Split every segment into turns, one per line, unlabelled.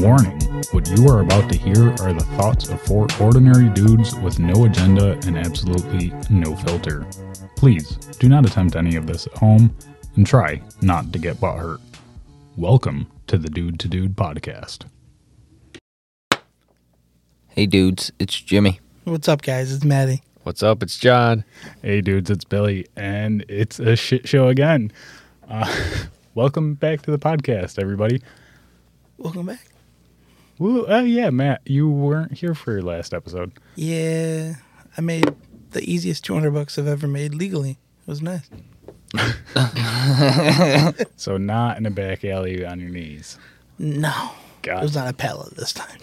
Warning What you are about to hear are the thoughts of four ordinary dudes with no agenda and absolutely no filter. Please do not attempt any of this at home and try not to get butthurt. Welcome to the Dude to Dude podcast.
Hey dudes, it's Jimmy.
What's up, guys? It's Maddie.
What's up? It's John.
Hey, dudes, it's Billy, and it's a shit show again. Uh, welcome back to the podcast, everybody.
Welcome back.
Woo, oh, yeah, Matt, you weren't here for your last episode.
Yeah, I made the easiest 200 bucks I've ever made legally. It was nice.
So, not in a back alley on your knees.
No, it was
Gotcha.
not a pallet this time.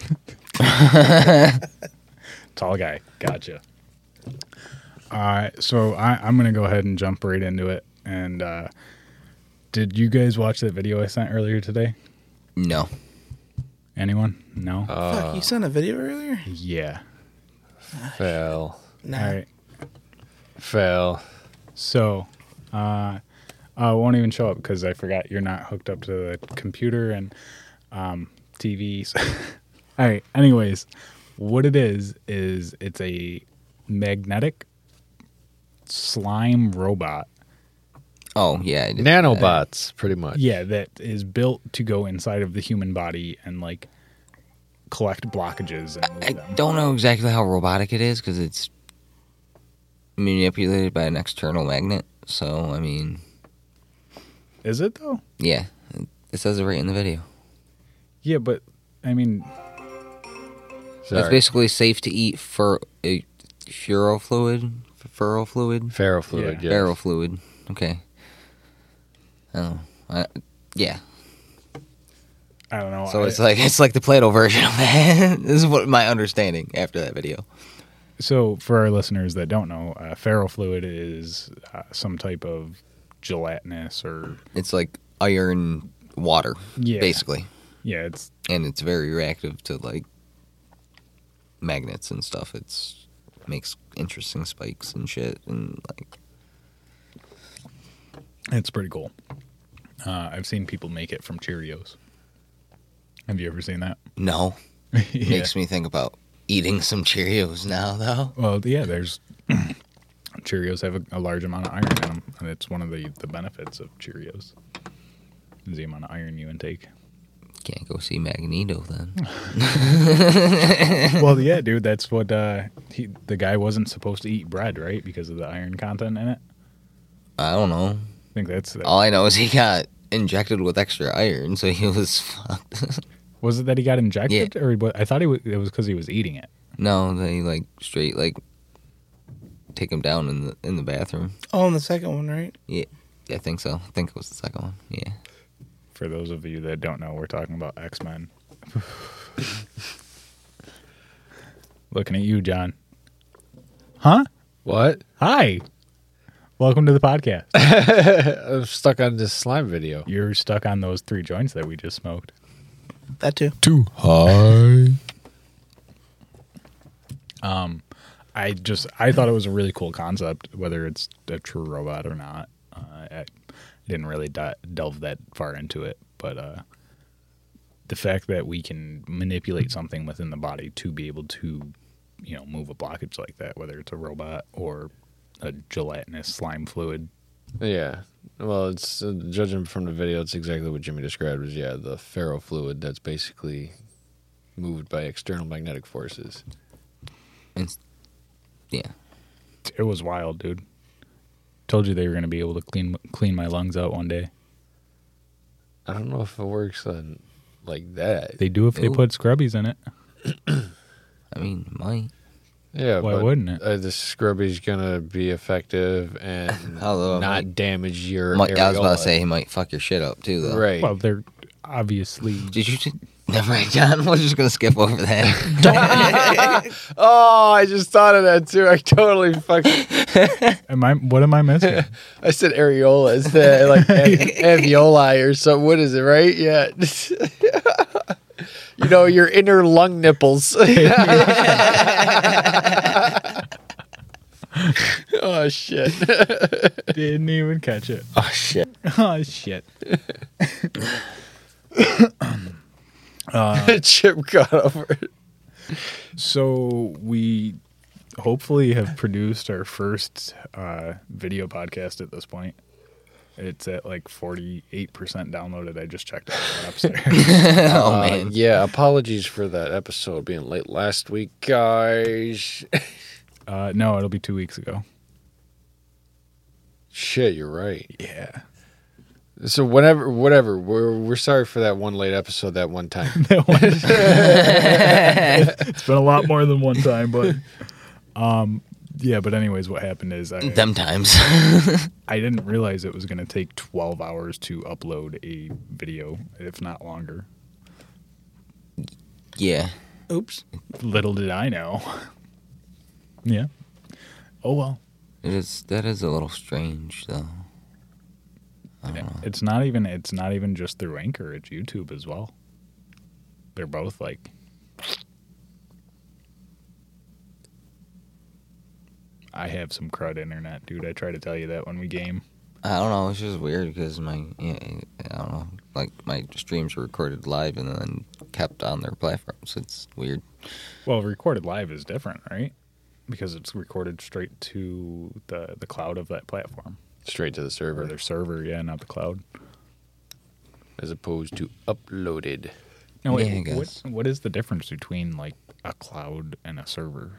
Tall guy. Gotcha. Uh, so, I, I'm going to go ahead and jump right into it. And uh, did you guys watch that video I sent earlier today?
No.
Anyone? No?
Fuck, you sent a video earlier?
yeah.
Fell.
Nah.
All right.
Fell.
So, uh, I won't even show up because I forgot you're not hooked up to the computer and um, TV. so- All right. Anyways, what it is is it's a magnetic slime robot.
Oh yeah. I did.
Nanobots, pretty much.
Yeah, that is built to go inside of the human body and like collect blockages. And
I
move them.
don't know exactly how robotic it is because it's manipulated by an external magnet. So I mean,
Is it though?
yeah, it says it right in the video.
Yeah, but I mean,
It's
Sorry.
basically safe to eat for uh, furo fluid, furo fluid,
Ferrofluid,
Yeah.
yeah.
barrel fluid. Okay. Oh, I, yeah.
I don't
Oh,
know.
So
I-
it's like it's like the Play-Doh version of that. this is what my understanding after that video.
So, for our listeners that don't know, uh, ferrofluid is uh, some type of gelatinous or
It's like iron water,
Yeah.
basically.
yeah, it's
and it's very reactive to like magnets and stuff. It's makes interesting spikes and shit and like
it's pretty cool. Uh, I've seen people make it from Cheerios. Have you ever seen that?
no
yeah.
makes me think about eating some Cheerios now though.
Well, yeah, there's Cheerios have a, a large amount of iron in them, and it's one of the the benefits of Cheerios is the amount of iron you intake.
Can't go see Magneto then.
well, yeah, dude, that's what uh, he, the guy wasn't supposed to eat bread, right? Because of the iron content in it.
I don't know.
I think that's
All I know is he got injected with extra iron, so he was fucked.
Was it that he got injected, or what? I thought he was, it was because he was eating it.
no, they like straight like take him down in the in the bathroom.
Oh, and the second one, right?
Yeah, I think so. I think it was the second one. Yeah.
For those of you that don't know, we're talking about X Men. Looking at you, John. Huh?
What?
Hi. Welcome to the podcast.
I'm stuck on this slime video.
You're stuck on those three joints that we just smoked.
That too.
Too high.
I just I thought it was a really cool concept, whether it's a true robot or not. Uh, I didn't really di- delve that far into it, but uh, the fact that we can manipulate something within the body to be able to, you know, move a blockage like that, whether it's a robot or a gelatinous slime fluid.
Yeah. Well, it's uh, judging from the video, it's exactly what Jimmy described. Was yeah, the ferrofluid that's basically moved by external magnetic forces.
It's, yeah.
It was wild, dude. Told you they were gonna be able to clean clean my lungs out one day.
I don't know if it works on like that.
They do if they
Ooh.
put scrubbies in it.
I mean, might.
Yeah,
Why
but,
wouldn't it?
Uh, the scrubby's gonna be effective and
Although it
not
might-
damage your.
Might, I was about
areola.
to say he might fuck your shit up too, though.
right.
Well, they're obviously
Did you? Just, never mind, John. We're just gonna skip over that.
Oh, I just thought of that too. I totally fucking.
Am I? What am I missing?
I said areola. It's the like a- alveoli or something. What is it? Right? Yeah. Oh, you know your inner lung nipples. Oh shit.
Didn't even catch it.
oh shit.
oh shit.
Chip got over. it.
So we hopefully have produced our first uh, video podcast at this point. It's at like forty eight percent downloaded. I just checked it upstairs.
oh
Uh,
man.
yeah, apologies for that episode being late last week, guys.
uh, no, it'll be two weeks ago.
Shit, you're right.
Yeah,
So whenever, whatever, we're we're sorry for that one late episode that one time.
That one- it's been a lot more than one time, but um, yeah. But anyways, what happened is I
Them times.
I didn't realize it was going to take 12 hours to upload a video, if not longer.
yeah.
Oops.
Little did I know. yeah. Oh well.
It is that is a little strange though. I don't know.
It's not even it's not even just through Anchor, it's YouTube as well. They're both like I have some crud internet, dude. I try to tell you that when we game.
I don't know. It's just weird because my yeah, I don't know. Like my streams were recorded live and then kept on their platforms. It's weird.
Well, recorded live is different, right? Because it's recorded straight to the the cloud of that platform.
Straight to the
Or
server,
their server, yeah, not the cloud.
as opposed to uploaded.
No,
Yeah, I
wait, what,
guess.
what is the difference between like a cloud and a server?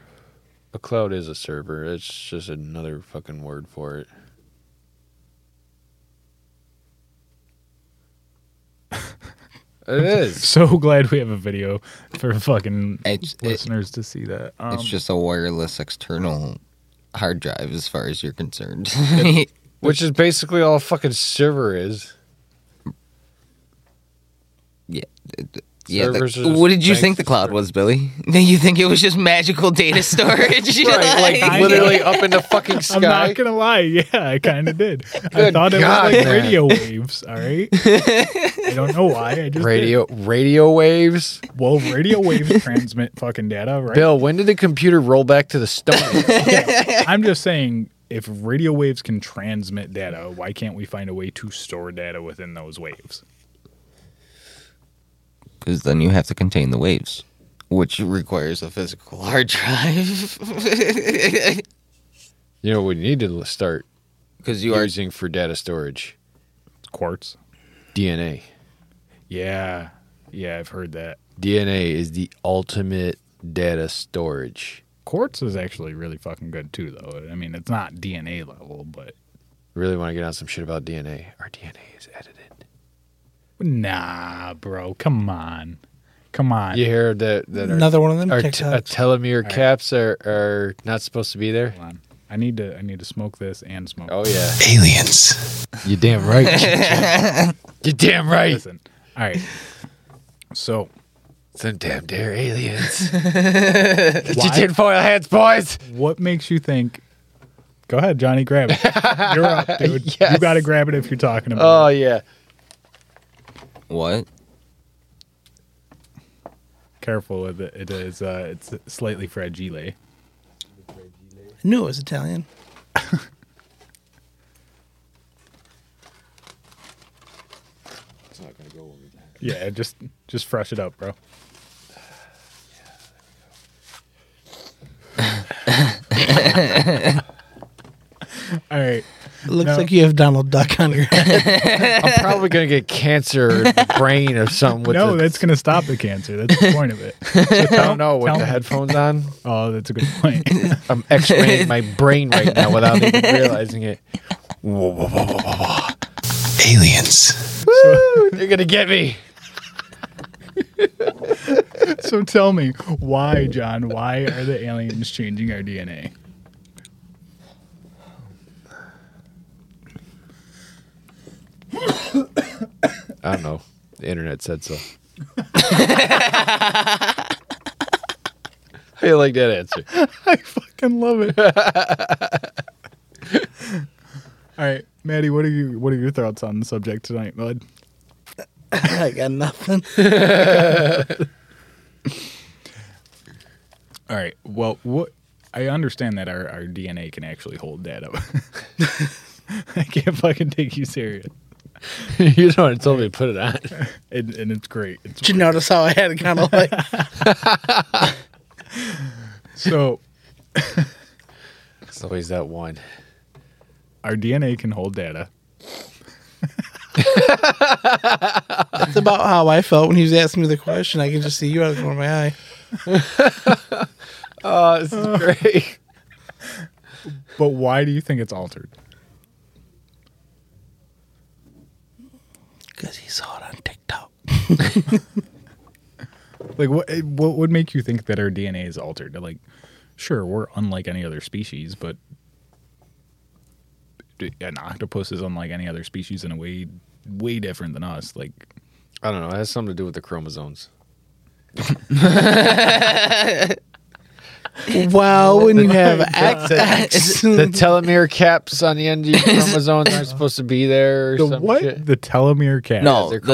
A cloud is a server. It's just another fucking word for it. it is.
So glad we have a video for fucking
It's- it-
listeners to see that. Um,
it's just a wireless external hard drive, as far as you're concerned.
Which is basically all a fucking server is.
yeah. it- Yeah, the-
Servers are just
what did you
banks
think the
of
cloud
servers.
was, Billy? You think it was just magical data storage?
Right, like
I-
literally up in the fucking
I'm
sky.
not gonna lie, yeah, I kind of did. I
Good
thought it
God,
was like
man.
radio waves. All right, I don't know why. I just
Radio radio waves.
did. Well, radio waves transmit fucking data, right?
Bill, when did the computer roll back to the stone? Age?
I'm just saying, if radio waves can transmit data, why can't we find a way to store data within those waves?
Because then you have to contain the waves, which requires a physical hard drive.
you know, what we need to start
Because you are
using for data storage
Quartz.
DNA.
Yeah, yeah, I've heard that.
DNA is the ultimate data storage.
Quartz is actually really fucking good too, though. I mean, it's not DNA level, but
Really want to get on some shit about DNA. Our DNA is edited.
nah, bro. Come on, come on.
You hear that? that our,
Another one of them
our t- uh,
TikToks.
telomere caps are, are not supposed to be there.
Hold on. I need to. I need to smoke this and smoke.
Oh yeah,
Aliens.
you damn right. you damn right.
Listen. All right. So
Some damn dare aliens. Get your
Why- Mm-hmm.
tinfoil hats, boys.
what makes you think? Go ahead, Johnny. Grab it. You're up, dude.
Yes.
You got to grab it if you're talking about.
Oh yeah.
what?
it. Careful with it. It is. Uh, it's slightly fragile.
I knew it was Italian.
Yeah. Just just fresh it up, bro. All right.
It looks
No.
like you have Donald Duck on your head.
I'm probably gonna get cancer, in the brain, or something. With
no,
the-
that's going to stop the cancer. That's the point of it.
I don't know with
tell
the
me.
headphones on.
Oh, that's a good point.
I'm X-raying my brain right now without even realizing it.
Aliens.
Woo! They're gonna get me.
so tell me, why, John? Why are the aliens changing our DNA?
I don't know. The internet said so. I like that answer.
I fucking love it. All right, Maddie, what are you? What are your thoughts on the subject tonight, bud?
I got nothing.
All right. Well, what I understand that our, our DNA can actually hold that up. I can't fucking take you serious.
you don't have told me to put it on.
And, and it's great. It's
Did you notice how I had it kind of like
so
It's always that one.
our DNA can hold data.
it's about how I felt when he was asking me the question. I can just see you out of the corner of my eye.
Oh, this is great.
But why do you think it's altered?
Because he saw it on TikTok.
Like what eh, what would make you think that our DNA is altered? Like sure, we're unlike any other species, but an octopus is unlike any other species in a way way different than us. Like
I don't know. It has something to do with the chromosomes.
Well, when you have access,
The telomere caps on the end of your chromosomes aren't supposed to be there or
the
some
what?
shit.
The telomere cat.
No,
they're
the,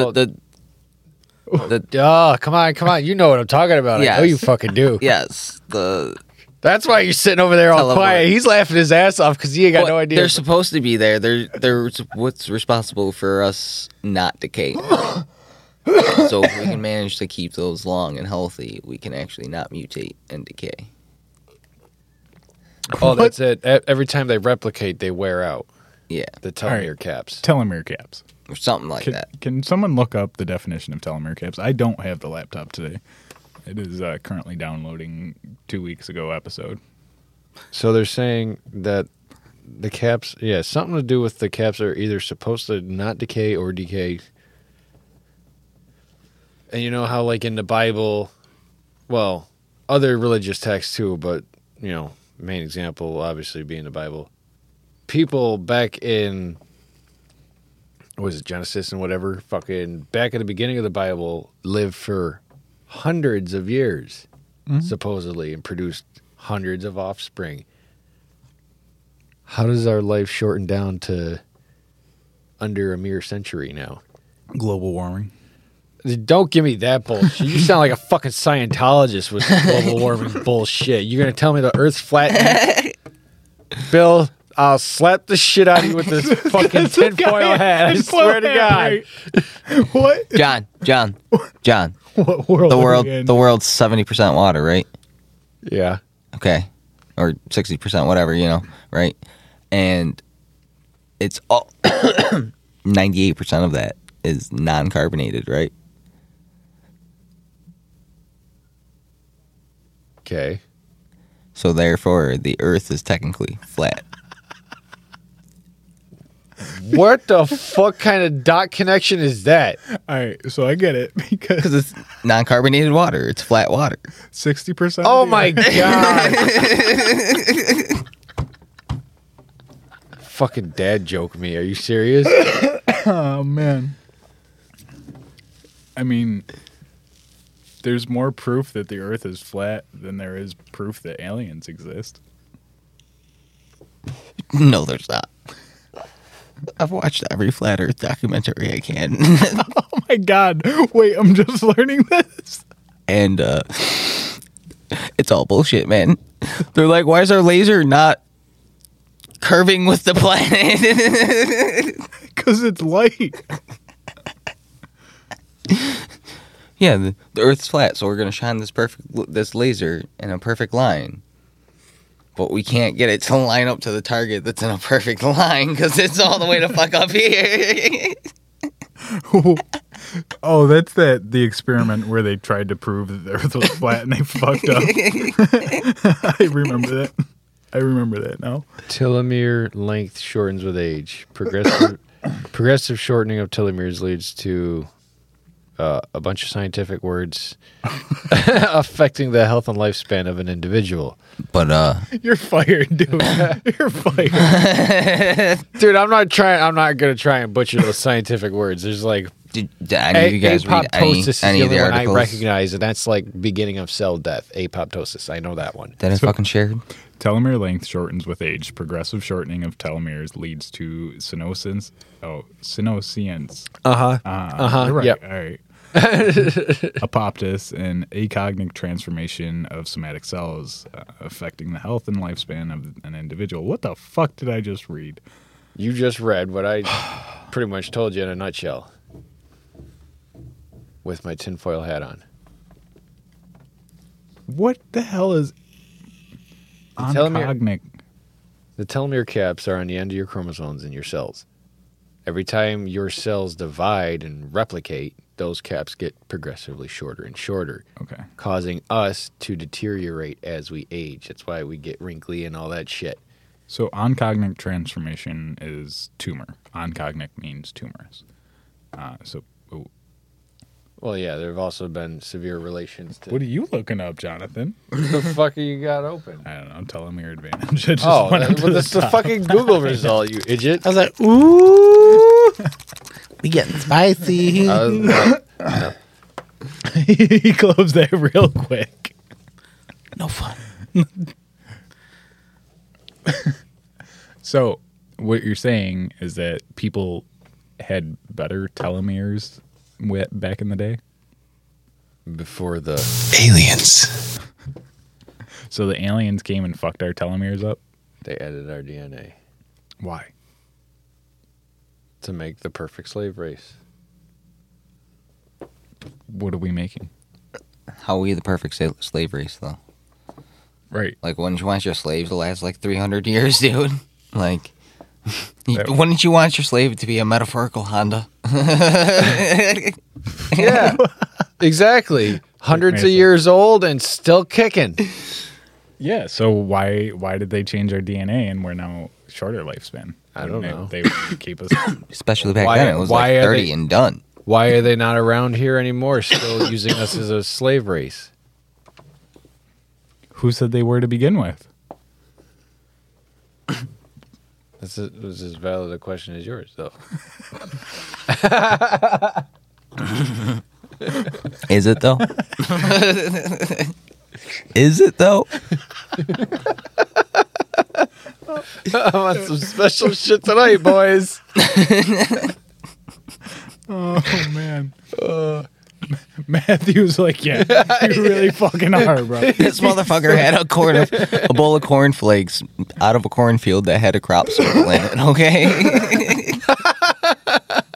called-
the
Oh, come on, come on. You know what I'm talking about. I know
Yes.
you fucking do.
yes, the
That's why you're sitting over there all
Teleport.
quiet. He's laughing his ass off because he ain't got
But
no idea.
They're supposed to be there. They're they're s- what's responsible for us not decaying. so if we can manage to keep those long and healthy, we can actually not mutate and decay.
oh, that's it. E- Every time they replicate, they wear out
Yeah,
the
right.
telomere caps.
Telomere caps.
or something like
Can,
that.
can someone look up the definition of telomere caps? I don't have the laptop today. It is uh, currently downloading two weeks ago episode.
So they're saying that the caps, yeah, something to do with the caps are either supposed to not decay or decay. And you know how, like in the Bible, well, other religious texts too, but you know, main example obviously being the Bible. People back in what was it Genesis and whatever, fucking back at the beginning of the Bible, lived for hundreds of years, supposedly, and produced hundreds of offspring. How does our life shorten down to under a mere century now?
Global warming.
Don't give me that bullshit. You sound like a fucking Scientologist with some global warming bullshit. You're gonna tell me the Earth's flat, Bill? I'll slap the shit out of you with this fucking tinfoil hat. I swear to God.
what?
John, John, John.
What world?
The
are we
world,
in?
the world's seventy percent water, right?
Yeah.
okay, or sixty percent, whatever you know, right? And it's all ninety-eight percent of that is non-carbonated, right?
Okay.
So therefore, the Earth is technically flat.
What the fuck kind of dot connection is that?
All right, so I get it because it's
non-carbonated water, it's flat water.
sixty percent.
Oh my god. Fucking dad joke me. Are you serious?
Oh man. I mean, there's more proof that the Earth is flat than there is proof that aliens exist.
No, there's not. I've watched every flat Earth documentary I can,
Oh my god! Wait, I'm just learning this.
and uh, it's all bullshit, man. They're like, why is our laser not curving with the planet?
Because it's light.
Yeah, the, the Earth's flat, so we're gonna shine this perfect this laser in a perfect line. But we can't get it to line up to the target that's in a perfect line because it's all the way to fuck up here.
oh, that's that the experiment where they tried to prove that the Earth was flat and they fucked up. I remember that. I remember that now.
Telomere length shortens with age. Progressive progressive shortening of telomeres leads to uh, a bunch of scientific words affecting the health and lifespan of an individual.
but uh,
You're fired, dude. You're fired.
Dude, I'm not trying. I'm not gonna try and butcher those scientific words. There's like
did, did any of you guys read any,
apoptosis is
any of
the only
the
one I
articles
recognize, and that's like beginning of cell death. Apoptosis. I know that one.
that I fucking shared?
Telomere length shortens with age. Progressive shortening of telomeres leads to senescence. Oh, senescence.
Uh huh.
Ah,
Uh-huh,
You're right.
yep.
All right. apoptis, an acognic transformation of somatic cells uh, affecting the health and lifespan of an individual. What the fuck did I just read?
You just read what I pretty much told you in a nutshell with my tinfoil hat on.
What the hell is
Tell me-
oncognic?
The telomere caps are on the end of your chromosomes in your cells. Every time your cells divide and replicate, those caps get progressively shorter and shorter,
Okay.
causing us to deteriorate as we age. That's why we get wrinkly and all that shit.
So oncognic transformation is tumor. Oncognic means tumors. Uh, so oh,
Well, yeah, there have also been severe relations to
what are you looking up, Jonathan?
the fuck you got open?
I don't know. Telomere advantage. I just
Oh,
went up
that,
to
well,
the
that's the
top.
fucking Google result, you idiot.
I was like, ooh, we getting spicy.
Uh,
he closed that real quick.
no fun.
So what you're saying is that people had better telomeres wi- back in the day.
Before the
Aliens.
So the aliens came and fucked our telomeres up.
they added our DNA
Why?
to make the perfect slave race.
What are we making?
How we the perfect sa- slave race though?
Right.
Like, wouldn't you want your slave to last like 300 years, dude? Like, you-
That-
wouldn't you want your slave to be a metaphorical Honda?
Yeah, exactly. Hundreds of
Mason.
years old and still kicking.
Yeah. So why why did they change our DNA and we're now shorter lifespan?
I don't
They-
know.
They would keep us.
Especially back
Why-
then, it was
why
like
are
30
they-
and done.
Why are they not around here anymore? Still using us as a slave race.
Who said they were to begin with?
This is, this is as valid a question as yours, though.
Is it though? Is it though?
I want some special shit tonight, boys.
Oh man. Uh, Matthew's like, yeah, you really fucking are, bro.
This motherfucker had a corn of, a bowl of cornflakes out of a cornfield that had a crop circle in it, okay?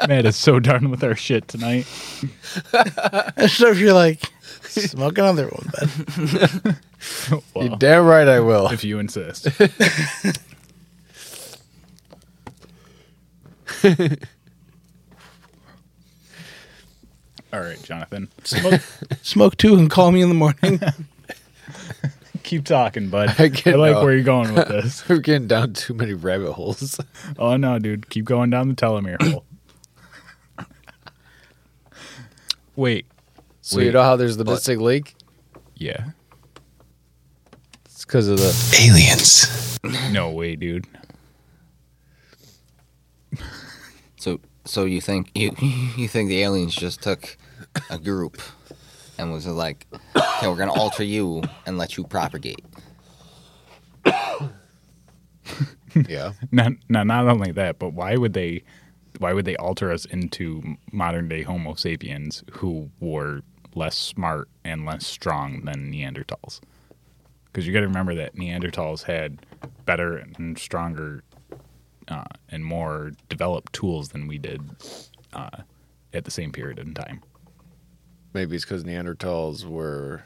Matt is so done with our shit tonight.
So if you're like, smoke another one, bud.
Well,
You're damn right I will.
if you insist. All right, Jonathan.
Smoke two and call me in the morning.
Keep talking, bud. I,
I can-
like
no.
where you're going with this.
We're getting down too many rabbit holes.
Oh no, dude, keep going down the telomere hole. Wait.
So
Wait.
you know how there's the Mystic Lake?
Yeah.
It's because of the
Aliens.
No way, dude.
so so you think you you think the aliens just took a group and was like, "Okay, we're going to alter you and let you propagate."
yeah.
Not, not not only that, but why would they why would they alter us into modern day Homo sapiens who were less smart and less strong than Neanderthals? Because you got to remember that Neanderthals had better and stronger uh, and more developed tools than we did uh, at the same period in time.
Maybe it's because Neanderthals were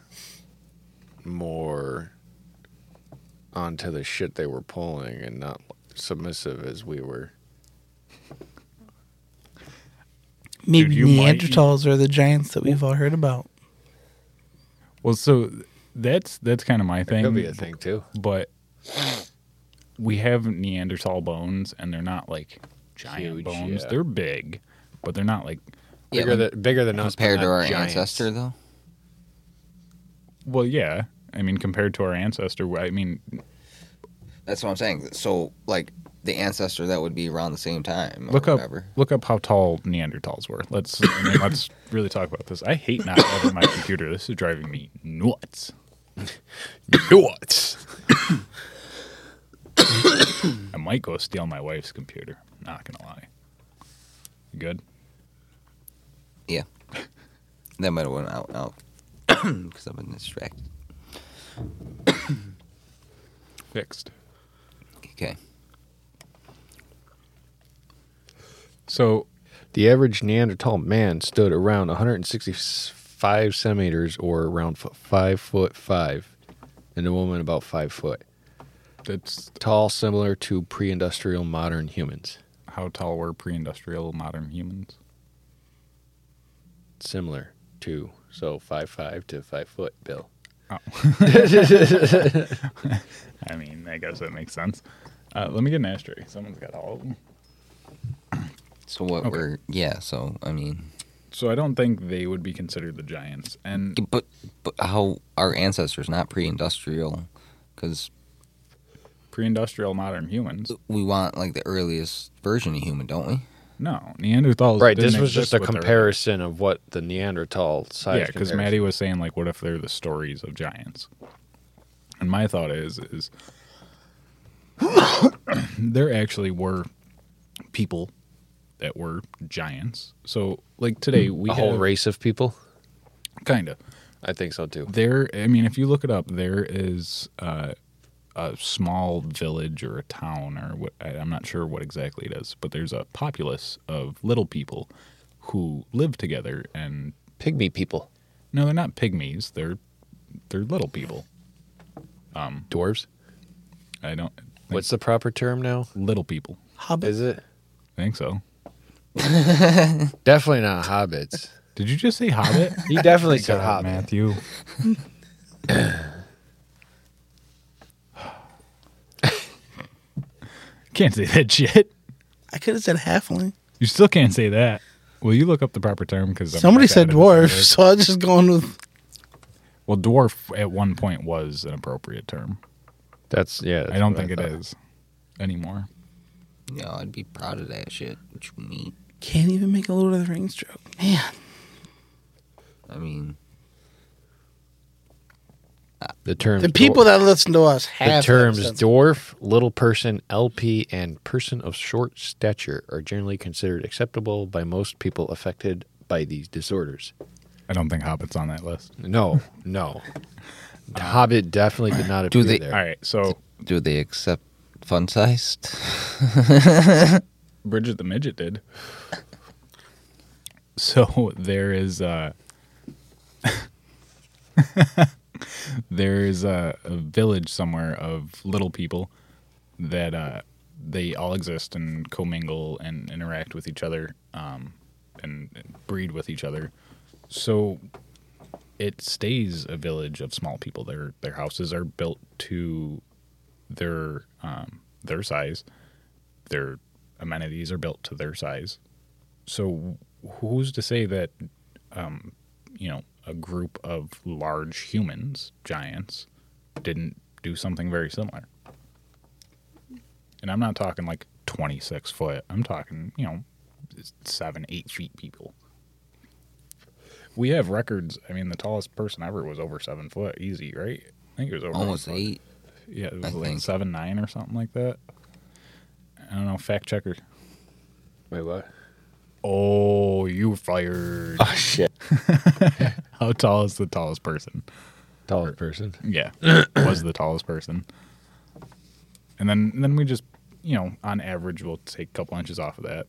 more onto the shit they were pulling and not submissive as we were.
Maybe
you might-
Neanderthals are the giants that we've all heard about.
Well, so that's that's kind of my thing.
Could be a thing too.
but we have Neanderthal bones, and they're not like giant
Huge,
bones.
yeah.
They're big, but they're not like
Yeah,
Bigger than bigger than us but
compared to
not
our
giants.
ancestor though.
well, yeah. I mean, compared to our ancestor, I mean,
That's what I'm saying. So, like, the ancestor that would be around the same time. Or
look up
whatever.
look up how tall Neanderthals were. Let's I mean, let's really talk about this. I hate not having my computer. This is driving me nuts.
What?
I might go steal my wife's computer. Not gonna lie. You good?
Yeah. That might have went out now because I've been distracted.
Fixed.
Okay.
So
The average Neanderthal man stood around 165 centimeters or around f- five foot five, and a woman about five foot.
that's
Tall, similar to pre industrial modern humans.
how tall were pre-industrial modern humans?
Similar to, so five five to five foot, Bill.
I mean, I guess that makes sense. Uh, let me get an ashtray. Someone's got all of them.
So what
Okay.
we're yeah. So I mean,
So I don't think they would be considered the giants. And
but but how our ancestors not pre-industrial because
pre-industrial modern humans,
we want like the earliest version of human, don't we?
no Neanderthals.
Right,
didn't
this was
exist
just a
with their-
comparison of what the Neanderthal size
Yeah, because
comparison-
Maddie was saying like, what if they're the stories of giants? And my thought is, is there actually were people that were giants. So like today we
a whole
have-
race of people.
kinda.
I think so too.
There, I mean, if you look it up, there is uh, a small village or a town, or what, I- I'm not sure what exactly it is, but there's a populace of little people who live together, and
Pygmy people,
no, they're not pygmies; they're they're little people.
dwarves.
I don't
What's the proper term now?
little people.
Hobbit.
Is it
I think so.
definitely not hobbits?
Did you just say hobbit?
He definitely said
God,
hobbit.
Matthew. Can't say that shit.
I could have said halfling.
You still can't say that. Will you look up the proper term? Because
Somebody said dwarf, so I was just going with
Well, dwarf at one point was an appropriate term.
That's yeah.
I don't think it is anymore.
Yeah, I'd be proud of that shit. What you mean?
can't even make a Lord of the Rings joke. Man,
I mean,
The terms
the people that listen to us
the
have
terms
that sense.
dwarf, little person, LP, and person of short stature are generally considered acceptable by most people affected by these disorders.
I don't think hobbits on that list.
No, no. The Hobbit definitely did not
Do
appear
they-
All
there.
right, so
do they accept fun sized?
Bridget the Midget did. So there is uh, a there is a, a village somewhere of little people that uh, they all exist and commingle and interact with each other um, and, and breed with each other. So it stays a village of small people. Their their houses are built to their um, their size their amenities are built to their size. So who's to say that, um, you know, a group of large humans, giants, didn't do something very similar? And I'm not talking like 26 foot. I'm talking, you know, seven, eight feet people. We have records. I mean, the tallest person ever was over seven foot, easy, right? I think it was over
Almost
seven foot.
eight.
Yeah, it was
I
like
think.
seven nine or something like that. I don't know. Fact checker.
Wait, what?
Oh, you were fired.
Oh shit.
How tall is the tallest person?
Tall person.
Yeah, was the tallest person. And then, and then we just, you know, on average, we'll take a couple inches off of that.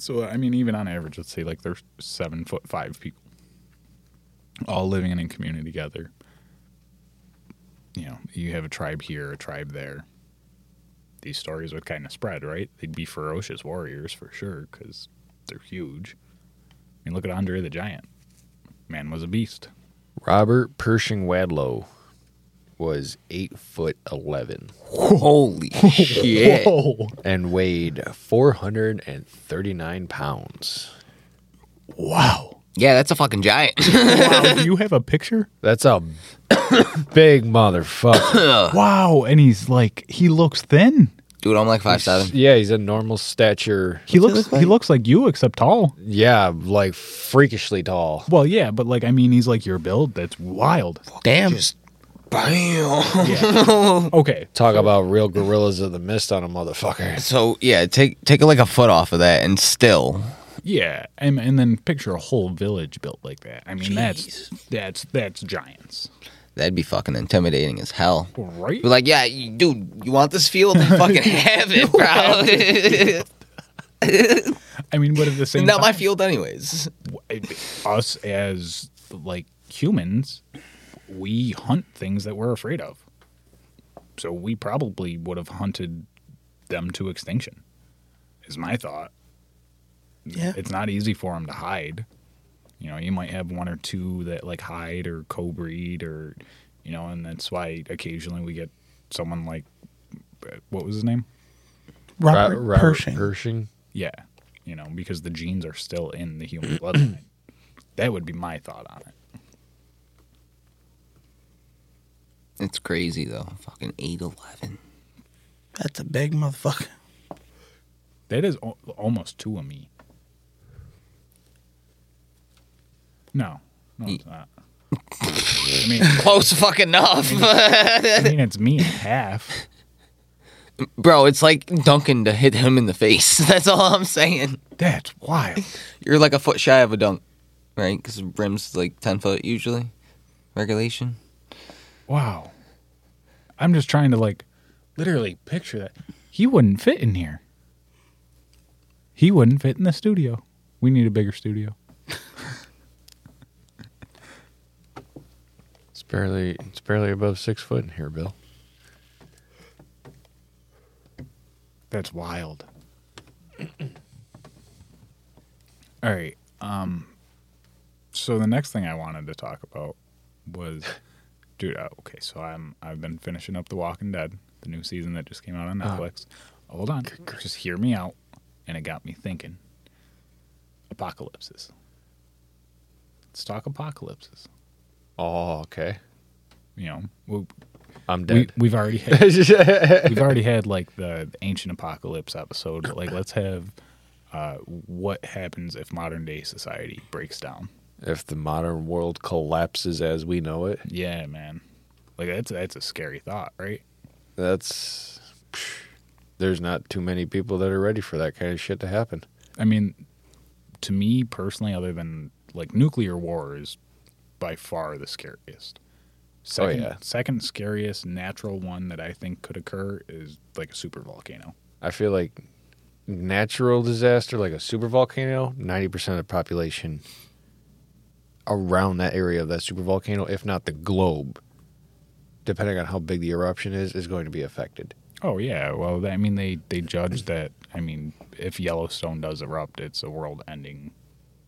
So I mean, even on average, let's say like there's seven foot five people, all living in a community together. You know, you have a tribe here, a tribe there. These stories would kind of spread, right? They'd be ferocious warriors for sure because they're huge. I mean, look at Andre the Giant. Man was a beast.
Robert Pershing Wadlow was eight foot eleven
Holy shit!
Whoa!
and weighed four hundred and thirty nine pounds.
Wow.
Yeah, that's a fucking giant.
Wow. Do you have a picture?
That's a big motherfucker.
Wow. And he's like, he looks thin.
Dude, I'm like five seven.
yeah, he's a normal stature.
He
What's he
looks
look like?
he looks like you except tall.
Yeah, like freakishly tall.
Well, yeah, but like I mean, he's like your build. That's wild.
Damn,
Bam.
Okay.
Talk about real gorillas of the mist on a motherfucker.
So yeah, take take like a foot off of that, and still
Yeah, and and then picture a whole village built like that. I mean, that's
Jeez.
that's that's giants,
That'd be fucking intimidating as hell.
right?
Be like, yeah, you, dude, you want this field? fucking have it, bro.
I mean, but at the same
Not my
time,
field, anyways.
us as like humans, we hunt things that we're afraid of. So we probably would have hunted them to extinction. Is my thought.
Yeah.
It's not easy for them to hide. You know, you might have one or two that like hide or co-breed or, you know, and that's why occasionally we get someone like, what was his name?
Robert,
Ro- Robert
Pershing.
Pershing.
Yeah, you know, because the genes are still in the human bloodline. That would be my thought on it.
It's crazy though. Fucking eight eleven.
That's a big motherfucker.
That is al- almost two of me. No, no, it's not. I mean,
Close fucking enough,
I mean, it's me and half.
bro. It's like Duncan to hit him in the face. That's all I'm saying.
That's wild.
You're like a foot shy of a dunk, right? Because rim's like ten foot usually. Regulation.
Wow. I'm just trying to like literally picture that. He wouldn't fit in here. He wouldn't fit in the studio. We need a bigger studio.
It's barely it's barely above six foot in here, Bill.
That's wild. All right. Um so the next thing I wanted to talk about was dude, uh, okay, so I'm I've been finishing up The Walking Dead, the new season that just came out on Netflix. Hold on. Just hear me out and it got me thinking. Apocalypses. Let's talk apocalypses.
Oh, okay.
You know, we,
I'm
we
dead.
we've already had we've already had like the ancient apocalypse episode, but like let's have uh, what happens if modern day society breaks down.
if the modern world collapses as we know it,
Yeah, man. Like that's that's a scary thought, right?
that's there's not too many people that are ready for that kind of shit to happen.
I mean, to me personally, other than like nuclear war is by far the scariest.
Oh,
Second,
yeah.
second scariest natural one that I think could occur is like a super volcano.
I feel like natural disaster like a super volcano, 90% of the population around that area of that super volcano, if not the globe, depending on how big the eruption is, is going to be affected.
Oh yeah, well I mean they they judge that. I mean, if Yellowstone does erupt, it's a world-ending.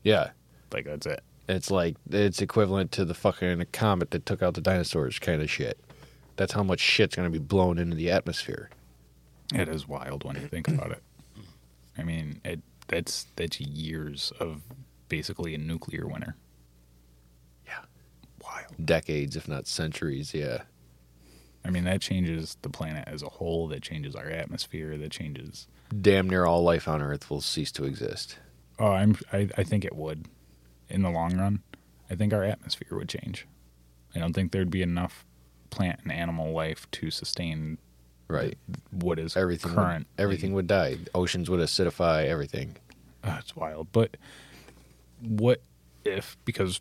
Yeah.
Like that's it.
It's like it's equivalent to the fucking comet that took out the dinosaurs kind of shit. That's how much shit's going to be blown into the atmosphere.
It is wild when you think about it. I mean, it that's that's years of basically a nuclear winter.
Yeah.
Wild.
Decades, if not centuries, yeah.
I mean, that changes the planet as a whole. That changes our atmosphere. That changes.
Damn near all life on Earth will cease to exist.
Oh, I'm. I, I think it would, in the long run, I think our atmosphere would change. I don't think there'd be enough plant and animal life to sustain
Right.
what is
Everything
current.
Would, everything would die. Oceans would acidify everything.
Oh, it's wild. But what if, because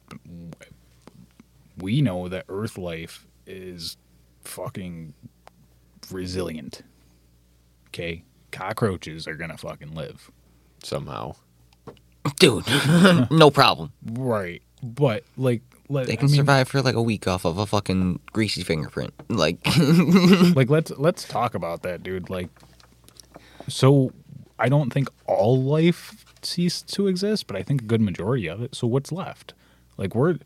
we know that Earth life is fucking resilient. Okay? Cockroaches are going to fucking live.
Somehow.
Dude, no problem.
Right. But, like, let,
They
I
can
mean,
survive for like a week off of a fucking greasy fingerprint. Like,
like let's let's talk about that dude like so i don't think all life ceased to exist but i think a good majority of it so what's left like we're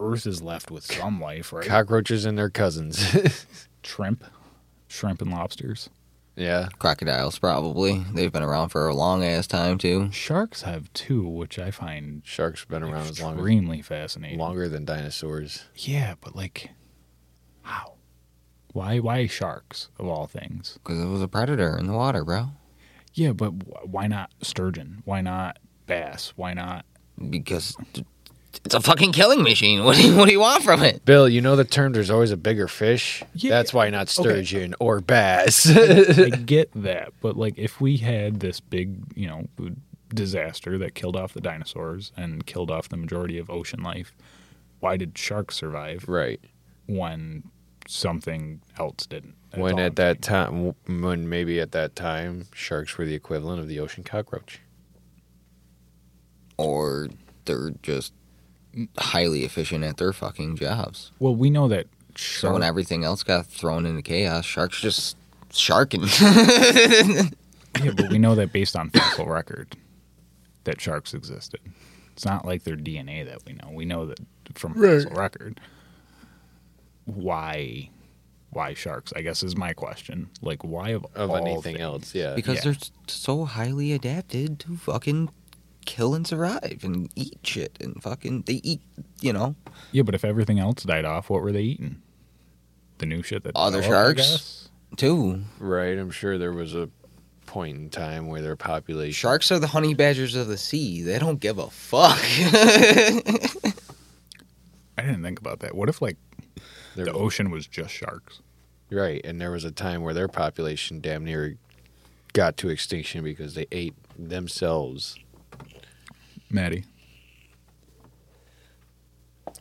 earth is left with some life right
Cockroaches and their cousins.
shrimp, shrimp and lobsters.
yeah.
crocodiles probably. They've been around for a long ass time too.
Sharks have two, which I find
Sharks have been around as long
extremely fascinating.
longer than dinosaurs.
Yeah, but like, how? Why? Why sharks of all things?
Because it was a predator in the water, bro.
Yeah, but wh- why not sturgeon? Why not bass? Why not?
Because t- it's a fucking killing machine. What do you, what do you want from it?
Bill, you know the term there's always a bigger fish?
Yeah.
That's why not sturgeon or bass.
I get that, but like, if we had this big, you know, disaster that killed off the dinosaurs and killed off the majority of ocean life, why did sharks survive
Right.
when something else didn't? That's
when
all
at
I'm
that time, when maybe at that time, sharks were the equivalent of the ocean cockroach.
or they're just highly efficient at their fucking jobs.
saying. Well, we know that
So when
sharks.
everything else got thrown into chaos, sharks just sharking.
yeah, but we know that based on fossil record that sharks existed. It's not like their DNA that we know. We know that from fossil record. Why why sharks? I guess is my question. Like why of,
Of
all
anything
thi-
else, Uh, yeah.
because
Yeah.
they're s- so highly adapted to fucking kill and survive and eat shit and fucking they eat you know
Yeah, but if everything else died off, what were they eating? The new shit that
Other
fell off, I
sharks?
guess?
too.
Right. I'm sure there was a point in time where their population.
Sharks are the honey badgers of the sea. They don't give a fuck.
I didn't think about that. What if like
there-
the ocean was just sharks?
right. And there was a time where their population damn near got to extinction because they ate themselves.
Maddie,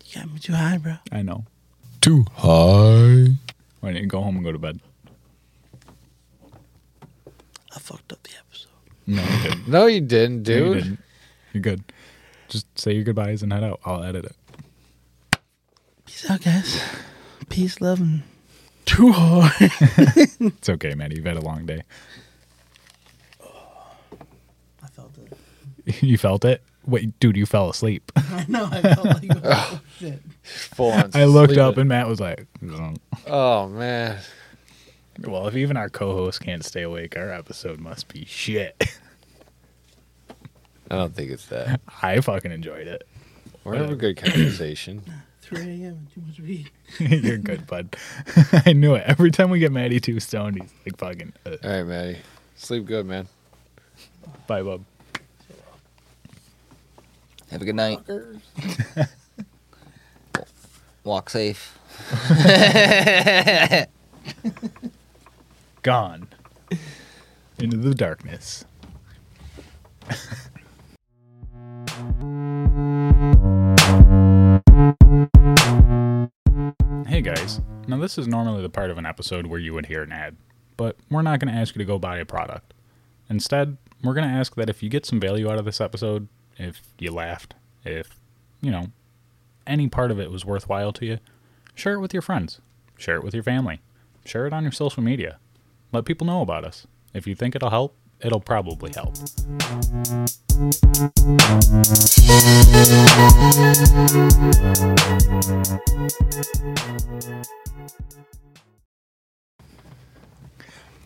You got me too high, bro.
I know.
Too high.
Why don't you go home and go to bed?
I fucked up the episode.
No, you didn't.
No, you didn't, dude.
No, you didn't. You're good. Just say your goodbyes and head out. I'll edit it.
Peace out, guys. Peace, love, and too hard.
It's okay, Maddie. You've had a long day.
I felt it.
You felt it? Wait, dude, you fell asleep.
I know. I felt like oh, shit.
Full on
I looked
sleeping.
up and Matt was like, "Grr."
Oh man.
well, if even our co host can't stay awake, our episode must be shit.
I don't think it's that.
I fucking enjoyed it.
We're having a good conversation.
3 a.m. and too much weed.
You're good, bud. I knew it. Every time we get Maddie too stoned, he's like, fucking, uh,
All right, Maddie. Sleep good, man.
bye, bub.
Have a good night. Walk safe.
Gone into the darkness. Hey guys, now this is normally the part of an episode where you would hear an ad, but we're not going to ask you to go buy a product. Instead, we're going to ask that if you get some value out of this episode, if you laughed, if, you know, any part of it was worthwhile to you, share it with your friends, share it with your family, share it on your social media. Let people know about us. If you think it'll help, it'll probably help.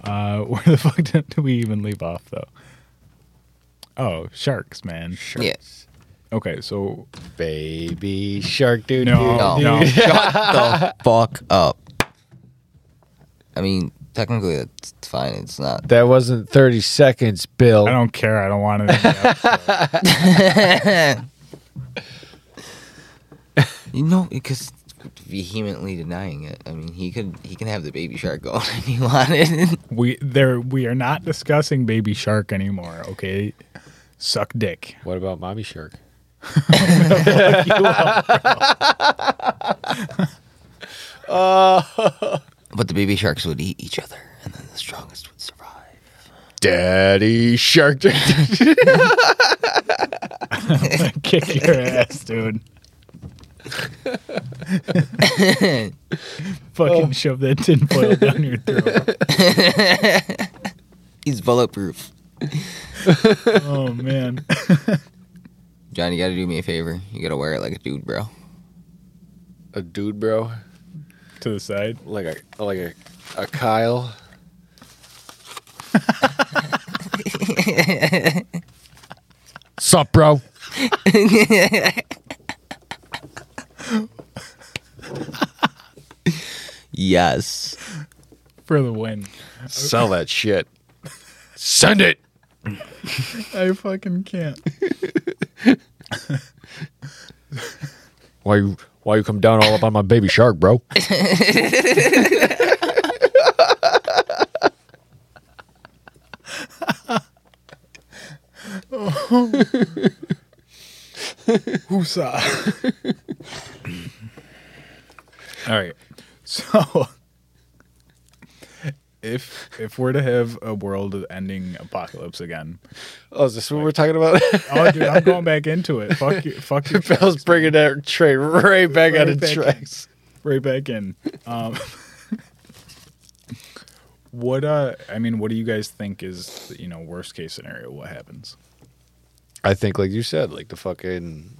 Uh, where the fuck did, did we even leave off though? Oh, sharks, man. Sharks.
Yeah.
Okay, so
Baby shark dude.
no,
No.
no.
the fuck up. I mean, technically, it's fine. It's not.
That wasn't 30 seconds, Bill.
I don't care. I don't want it.
You know, because vehemently denying it. I mean, he could he can have the baby shark going if he wanted.
we there. We are not discussing baby shark anymore. Okay, suck dick.
What about mommy shark?
but the baby sharks would eat each other, and then the strongest would survive.
Daddy shark dude.
Kick your ass, dude. Fucking shove that tinfoil down your throat.
He's bulletproof.
Oh man.
John, you gotta do me a favor. You gotta wear it like a dude, bro.
a dude, bro.
to the side.
Like a like a, a Kyle.
Sup, bro?
Yes.
For the win.
Sell that shit.
Send it.
I fucking can't.
Why you why you come down all up on my baby shark, bro?
Hoosah. All right. So if if we're to have a world ending apocalypse again.
Oh, is this what we're talking about?
Oh dude, I'm going back into it. Fuck you fuck your tracks.
Bell's bringing that tray right back
Right
out of
back in.
tracks.
right back in. Um, what uh I mean, what do you guys think is you know, worst case scenario what happens?
I think, like you said, like the fucking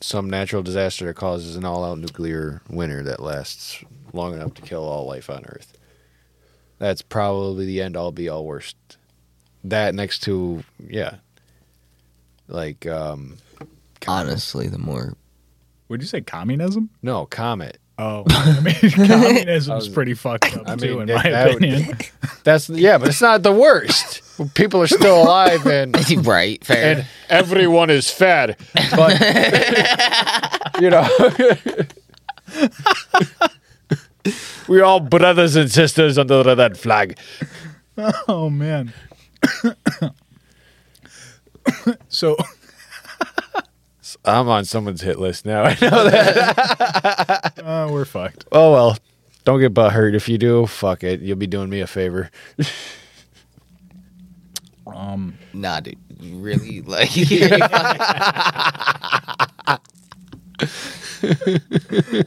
some natural disaster that causes an all-out nuclear winter that lasts long enough to kill all life on Earth. That's probably the end all be all worst. That next to yeah, like um
Honestly, the more
Would you say communism?
no comet.
Oh, I mean, communism's pretty fucked up
I
too,
mean,
in my
that would-
opinion.
That's yeah, but it's not the worst. People are still alive and
right, fair.
and everyone is fed. But you know, we all brothers and sisters under that flag.
Oh man. so
I'm on someone's hit list now. I know that.
uh, we're fucked.
Oh well, don't get butt hurt if you do. Fuck it, you'll be doing me a favor.
nah, dude, you really like.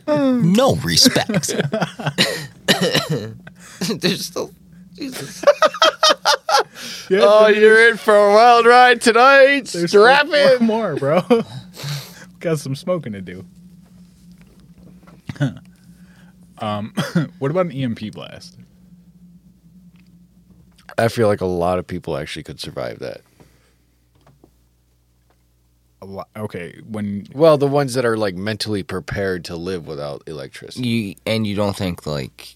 no respect. There's still Jesus.
Yeah,
Oh,
there-
you're in for a wild ride tonight.
there's
Strap
still
in.
more, bro. Got some smoking to do. um, what about an EMP blast?
I feel like a lot of people actually could survive that.
A lot, okay, when
Well, the ones that are like mentally prepared to live without electricity.
You and you don't think like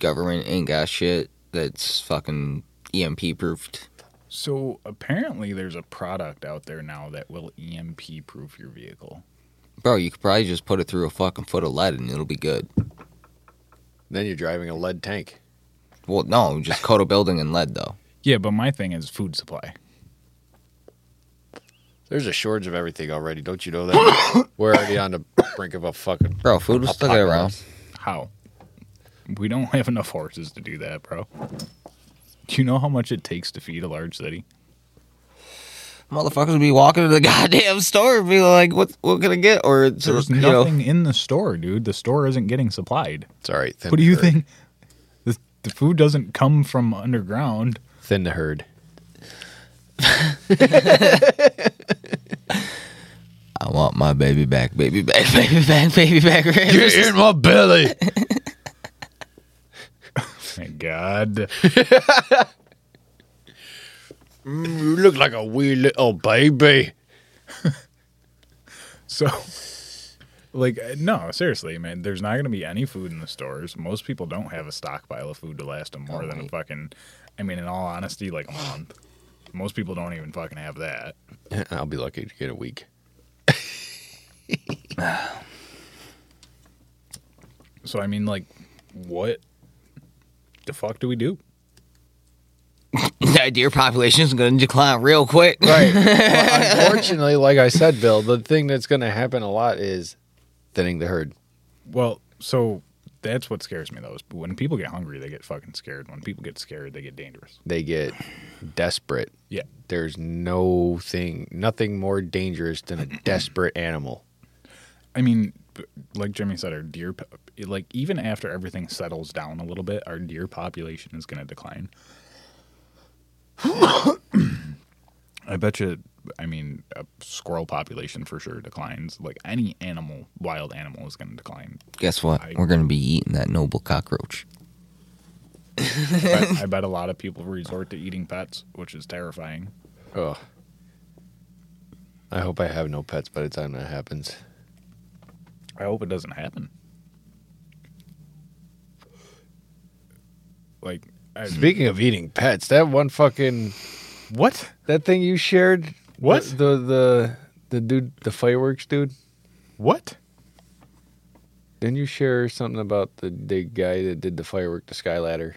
government ain't got shit that's fucking E EMP proofed.
so apparently there's a product out there now that will EMP proof your vehicle.
Bro, you could probably just put it through a fucking foot of lead and it'll be good.
Then you're driving a lead tank.
Well, no, just coat a building in lead though.
Yeah, but my thing is food supply.
There's a shortage of everything already. Don't you know that? We're already on the brink of a fucking.
Bro, food was still get around.
How? We don't have enough horses to do that, bro. Do you know how much it takes to feed a large city?
Motherfuckers would be walking to the goddamn store and be like, "What? What can I get?" Or it's,
There's
you know,
nothing in the store, dude. The store isn't getting supplied.
It's all right. Thin
What do you
the herd.
think? The, the food doesn't come from underground.
Thin the herd.
I want my baby back, baby back, baby back, baby back.
Get in my belly.
Thank God.
You look like a wee little baby.
So, like, uh, no, seriously, man, there's not going to be any food in the stores. Most people don't have a stockpile of food to last them more than a
Right.
fucking, I mean, in all honesty, like a month. Most people don't even fucking have that.
I'll be lucky to get a week.
So I mean, like, what the fuck do we do?
that deer population is going to decline real quick.
Right. Well, unfortunately, like I said, Bill, the thing that's going to happen a lot is thinning the herd.
Well, so that's what scares me though. Is when people get hungry, they get fucking scared. When people get scared, they get dangerous.
They get desperate.
Yeah.
There's no thing, nothing more dangerous than a desperate animal.
I mean, b- like Jimmy said, our deer, po- like even after everything settles down a little bit, our deer population is going to decline. I bet you. I mean, a squirrel population for sure declines. Like any animal, wild animal is going to decline.
Guess what? We're going to be eating that noble cockroach.
I bet, I bet a lot of people resort to eating pets, which is terrifying.
Oh. I hope I have no pets by the time that happens.
I hope it doesn't happen. Like, I,
Speaking of eating pets, that one fucking
what?
that thing you shared.
What?
the the the, the dude the fireworks dude?
What?
Didn't you share something about the, the guy that did the firework, the sky ladder?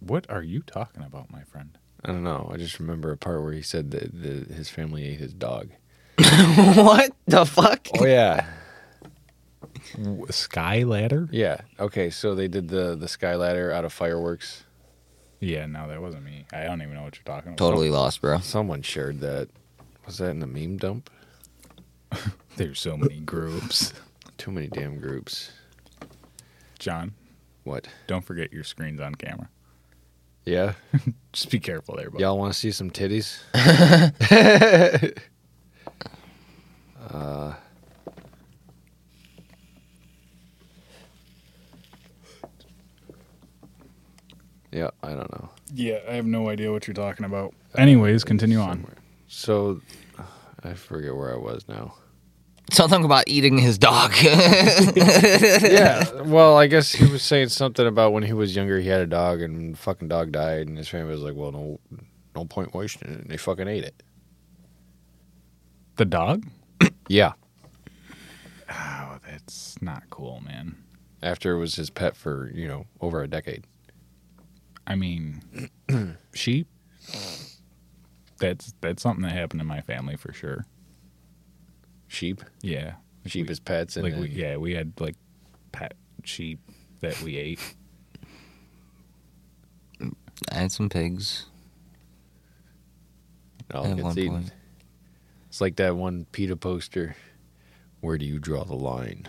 What are you talking about, my friend?
I don't know. I just remember a part where he said that the, his family ate his dog.
what the fuck?
Oh yeah,
Sky Ladder?
yeah. Okay, so they did the the sky ladder out of fireworks.
Yeah, no, that wasn't me. I don't even know what you're talking about.
Totally lost, bro.
Someone shared that. Was that in the meme dump?
There's so many groups.
Too many damn groups.
John,
What?
don't forget your screen's on camera.
Yeah.
Just be careful there, buddy.
Y'all want to see some titties? Uh, Yeah, I don't know.
Yeah, I have no idea what you're talking about. Anyways, continue on.
So I forget where I was now.
Something about eating his dog.
Yeah. Well, I guess he was saying something about when he was younger, he had a dog and the fucking dog died, and his family was like, "Well, no, no point wasting it," and they fucking ate it.
The dog?
Yeah.
Oh, that's not cool, man.
After it was his pet for you know over a decade.
I mean, sheep. That's that's something that happened in my family for sure.
Sheep.
Yeah,
Sheep as pets. And
like we,
then-
yeah, we had like pet sheep that we ate.
I had some pigs.
No,
At
it's
one
eaten.
point.
It's like that one PETA poster. Where do you draw the line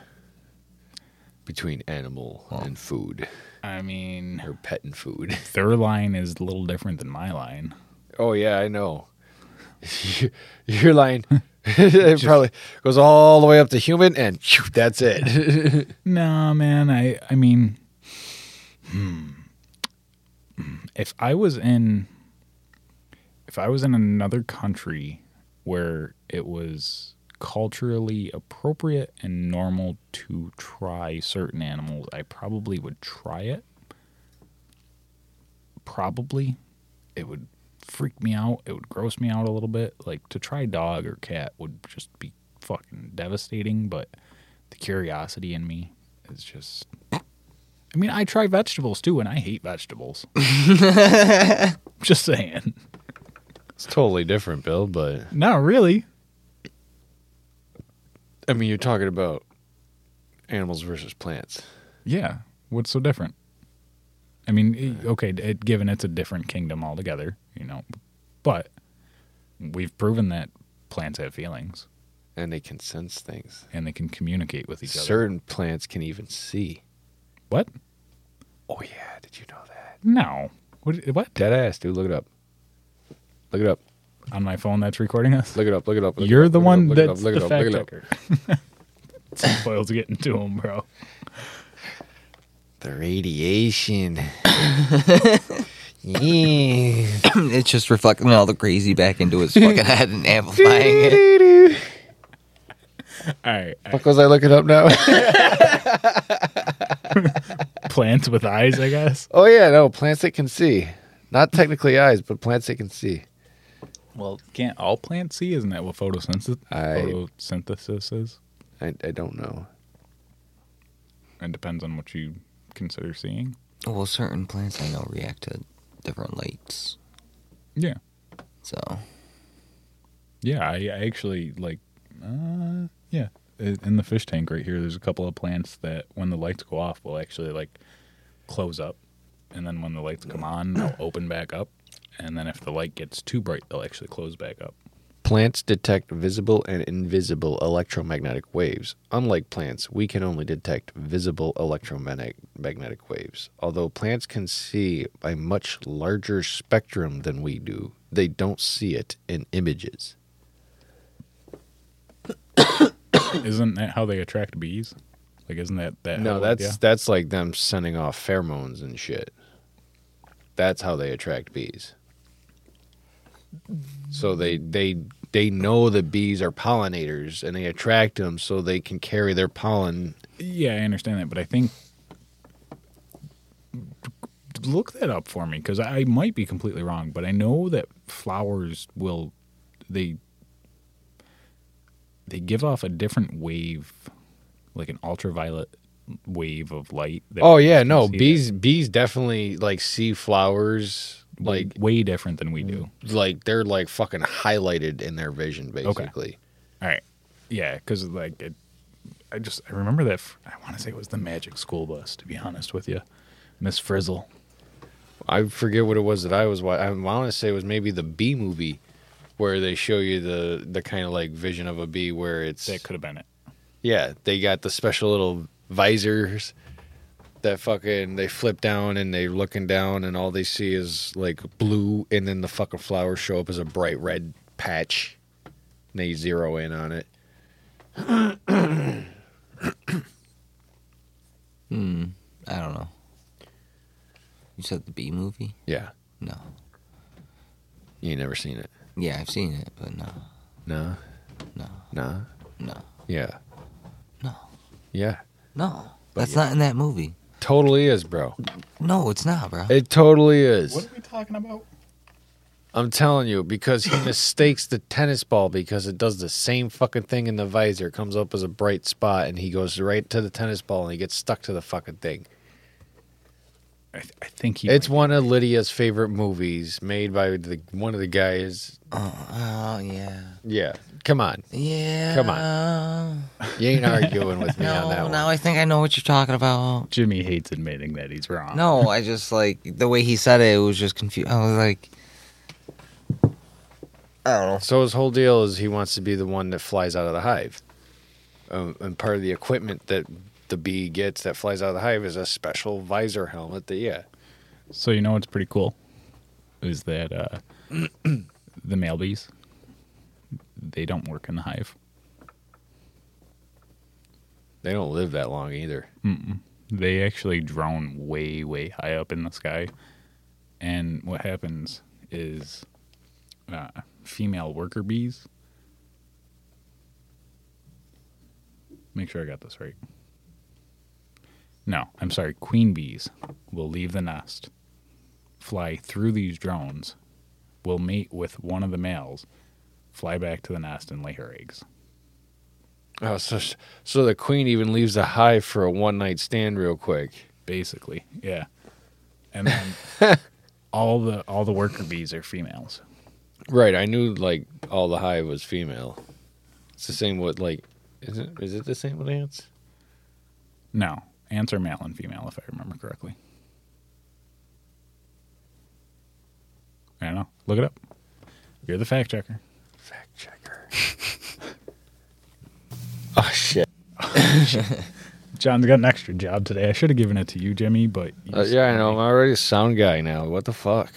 between animal and food,
I mean,
or pet and food?
their line is a little different than my line.
Oh yeah, I know. Your line it probably goes all the way up to human, and that's it.
No, man. I I mean, hmm. if I was in if I was in another country where it was culturally appropriate and normal to try certain animals, I probably would try it. Probably it would freak me out. It would gross me out a little bit. Like to try dog or cat would just be fucking devastating, but the curiosity in me is just I mean, I try vegetables too and I hate vegetables. just saying.
it's totally different, Bill. But
No, really.
I mean, you're talking about animals versus plants.
Yeah. What's so different? I mean, it- okay, it, given it's a different kingdom altogether, you know, but we've proven that plants have feelings
and they can sense things.
and they can communicate with each other.
Certain plants can even see.
What?
Oh yeah, did you know that?
No. What? What?
Dead ass, dude. Look it up. Look it up.
On my phone that's recording us?
Look it up. Look it up. look it
You're
up,
the
look it
one
up, look it up,
that's
look it
the
up, look
fact
it up.
checker. Spoils getting to him, bro.
The radiation. yeah.
it's just reflecting all the crazy back into his fucking head and amplifying it.
What
All right.
was I looking up now?
plants with eyes, I guess.
oh yeah, no plants that can see. Not technically eyes, but plants that can see.
Well, can't all plants see? Isn't that what photosynthesis,
I-
photosynthesis is?
I, I don't know.
It depends on what you consider seeing.
Well, certain plants I know react to different lights.
Yeah.
So,
Yeah, I, I actually like. Uh, yeah, I- in the fish tank right here, there's a couple of plants that when the lights go off, will actually like close up, and then when the lights come on, they'll open back up, and then if the light gets too bright, they'll actually close back up.
Plants detect visible and invisible electromagnetic waves. Unlike plants, we can only detect visible electromagnetic magnetic waves. Although plants can see a much larger spectrum than we do, they don't see it in images.
Isn't that how they attract bees? Like, isn't that that? how
No,
it-
that's
yeah?
that's like them sending off pheromones and shit. That's how they attract bees. So they they they know the bees are pollinators and they attract them so they can carry their pollen.
Yeah, I understand that, but I think look that up for me because I might be completely wrong, but I know that flowers will they they give off a different wave, like an ultraviolet wave of light. that
Oh
we
yeah,
can
no
see
bees bees definitely like see flowers
that-
Like-
way different than we do.
Like they're like fucking highlighted in their vision, basically.
All right. Yeah, because like it, I just I remember that f- I want to say it was the Magic School Bus. To be honest with you, Miss Frizzle.
I forget what it was that I was watching. I want to say it was maybe the bee movie, where they show you the the kind of like vision of a bee where it's
That could have been it.
yeah they got the special little visors that fucking they flip down and they're looking down and all they see is like blue and then the fucking flowers show up as a bright red patch. And they zero in on it.
Hmm. I don't know. You said the B movie?
Yeah,
No.
you never seen it.
Yeah, I've seen it, but no,
No,
no,
no,
no,
yeah,
no,
yeah.
no. That's not in that movie.
Totally is, bro.
No, it's not, bro.
It totally is.
are we talking about?
I'm telling you, because he mistakes the tennis ball because it does the same fucking thing in the visor. It comes up as a bright spot and he goes right to the tennis ball and he gets stuck to the fucking thing.
I, th- I think he.
It's one of Lydia's favorite movies made by the one of the guys.
oh, oh, yeah,
Yeah. Come on.
yeah.
Come
on.
You ain't arguing with me on that
No,
one.
now I think I know what you're talking about.
Jimmy hates admitting that he's wrong.
Oh.
No, I just like the way he said it. It was just confused. I was like, I don't know.
So his whole deal is he wants to be the one that flies out of the hive. Um, and part of the equipment that the bee gets that flies out of the hive is a special visor helmet that, yeah.
So you know what's pretty cool is that uh, the male bees they don't work in the hive.
They don't live that long either.
They actually drone way way high up in the sky, and what happens is uh, female worker bees. Make sure I got this right. No, I'm sorry. Queen bees will leave the nest, fly through these drones, will mate with one of the males, fly back to the nest, and lay her eggs.
Oh, so so the queen even leaves the hive for a one night stand real quick.
Basically, yeah. And then all the all the worker bees are females.
Right, I knew like all the hive was female. It's the same with like, is it is it the same with ants?
No, ants are male and female, if I remember correctly. I don't know. Look it up. You're the fact checker.
Fact checker.
Oh shit.
John's got an extra job today. I should have given it to you, Jimmy, but you
Uh, yeah, I know. I'm already a sound guy now. What the fuck?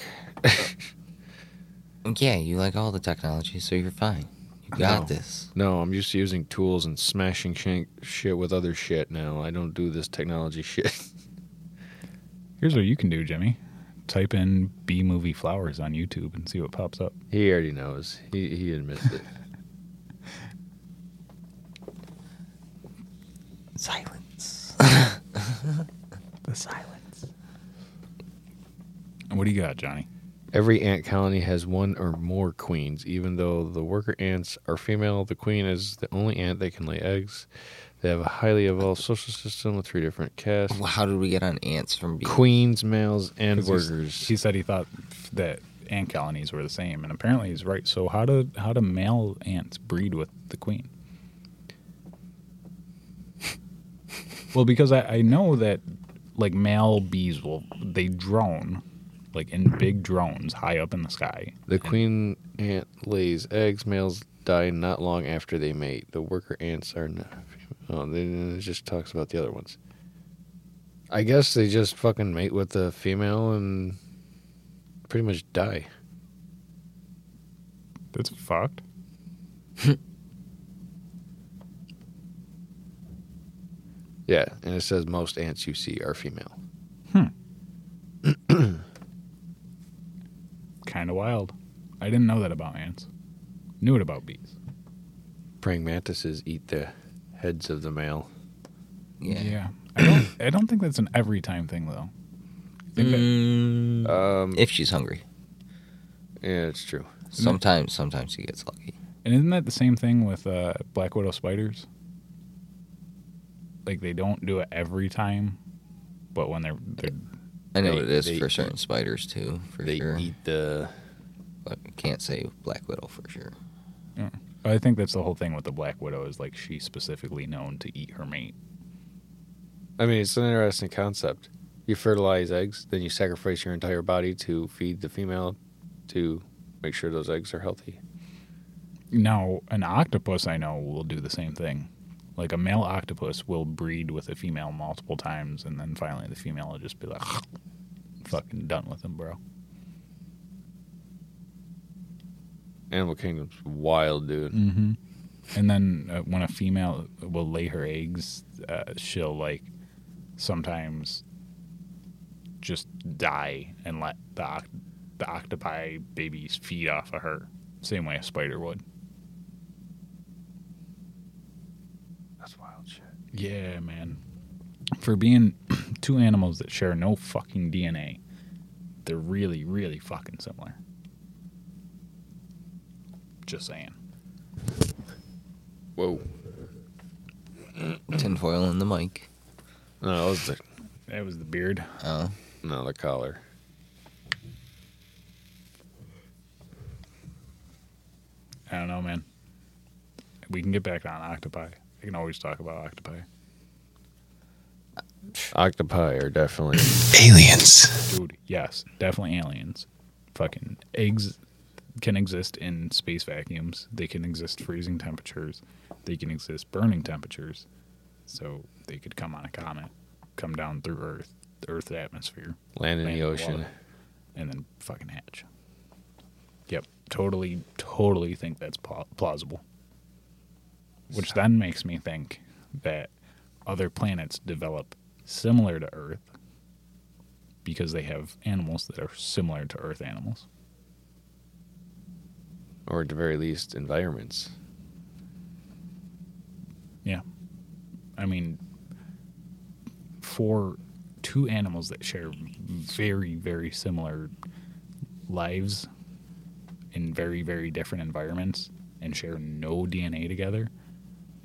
Yeah, you like all the technology, so you're fine. You got
No.
this.
No, I'm used to using tools and smashing shank- shit with other shit now. I don't do this technology shit.
Here's what you can do, Jimmy. Type in B movie flowers on YouTube and see what pops up.
he already knows. He he admits it.
Silence.
The silence. What do you got, Johnny?
Every ant colony has one or more queens, even though the worker ants are female. The queen is the only ant that can lay eggs. They have a highly evolved social system with three different castes
Well, How did we get on ants from being?
queens, males, and
'Cause he's-
workers.
He said he thought that ant colonies were the same, and apparently he's right. So how do how do male ants breed with the queen? well, because I, I know that like male bees will they drone like in big drones high up in the sky.
The queen ant lays eggs. Males die not long after they mate. The worker ants are not. Oh, then it just talks about the other ones. I guess they just fucking mate with the female and pretty much die.
That's fucked.
Yeah, and it says most ants you see are female.
Kind of wild. I didn't know that about ants. Knew it about bees.
Praying mantises eat the heads of the male.
Yeah.
I don't. I don't think that's an every time thing though. I think that-
Mm,
Um,
if she's hungry,
yeah, it's true.
sometimes sometimes she gets lucky.
And isn't that the same thing with uh, black widow spiders? Like they don't do it every time, but when they're, they're
I know
They-
it is
they
for certain spiders too, for
They
sure.
eat the.
But I can't say black widow for sure.
I think that's the whole thing with the Black Widow is like she's specifically known to eat her mate.
I mean, it's an interesting concept. You fertilize eggs, then you sacrifice your entire body to feed the female to make sure those eggs are healthy.
Now, an octopus I know will do the same thing. Like a male octopus will breed with a female multiple times, and then finally the female will just be like, "Fucking done with him, bro."
Animal Kingdom's wild, dude.
And then uh, when a female will lay her eggs, uh, she'll like sometimes just die and let the oc- the octopi babies feed off of her, same way a spider would.
That's wild shit.
Yeah, man. For being two animals that share no fucking DNA, they're really, really fucking similar. Just saying.
Whoa.
Tinfoil in the mic.
No, that was the,
That was the beard.
Oh,
no, the collar.
I don't know, man. We can get back on octopi. I can always talk about octopi.
Octopi are definitely.
Aliens.
Dude, yes, definitely aliens. Fucking eggs can exist in space vacuums. They can exist freezing temperatures. They can exist burning temperatures. So they could come on a comet, come down through Earth, the Earth's atmosphere,
Land in
land
the
in
ocean.
water, and then fucking hatch. Yep, totally, totally think that's pla- plausible. Which then makes me think that other planets develop similar to Earth because they have animals that are similar to Earth animals.
Or at the very least, environments.
Yeah. I mean, for two animals that share very, very similar lives in very, very different environments and share no DNA together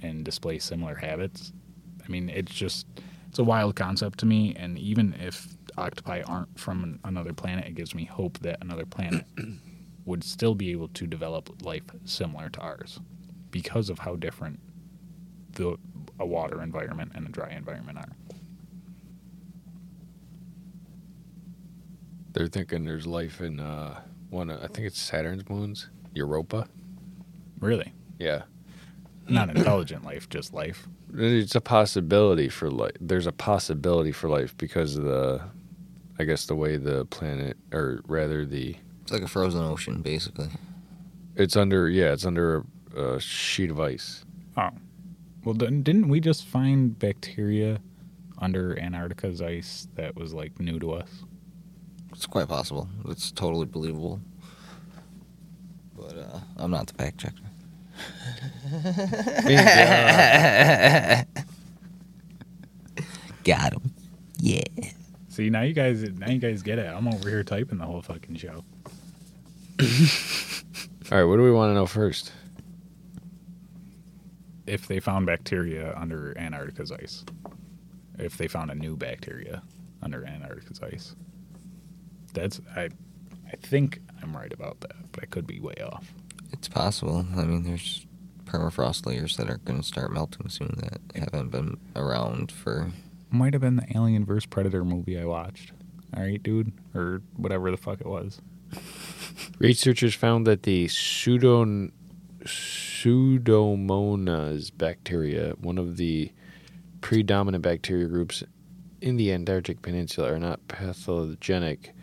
and display similar habits, I mean, it's just, it's a wild concept to me. And even if octopi aren't from an- another planet, it gives me hope that another planet would still be able to develop life similar to ours because of how different the a water environment and a dry environment are.
They're thinking there's life in uh, one, of- I think it's Saturn's moons, Europa.
Really,
Yeah.
not intelligent life, just life.
It's a possibility for life. There's a possibility for life because of the, I guess, the way the planet, or rather the,
it's like a frozen ocean, basically.
it's under, yeah, it's under a, a sheet of ice.
Oh, well, didn't didn't we just find bacteria under Antarctica's ice that was like new to us?
It's quite possible. It's totally believable. But uh, I'm not the fact checker.
Me and John-
Got him. Yeah.
See, now you guys, now you guys get it. I'm over here typing the whole fucking show.
All right, what do we want to know first?
If they found bacteria under Antarctica's ice, if they found a new bacteria under Antarctica's ice, that's I, I think I'm right about that, but I could be way off.
It's possible. I mean, there's permafrost layers that are going to start melting soon that haven't been around for.
Might have been the Alien vs. Predator movie I watched. All right, dude, or whatever the fuck it was.
Researchers found that the pseudo, pseudomonas bacteria, one of the predominant bacteria groups in the Antarctic Peninsula, are not pathogenic,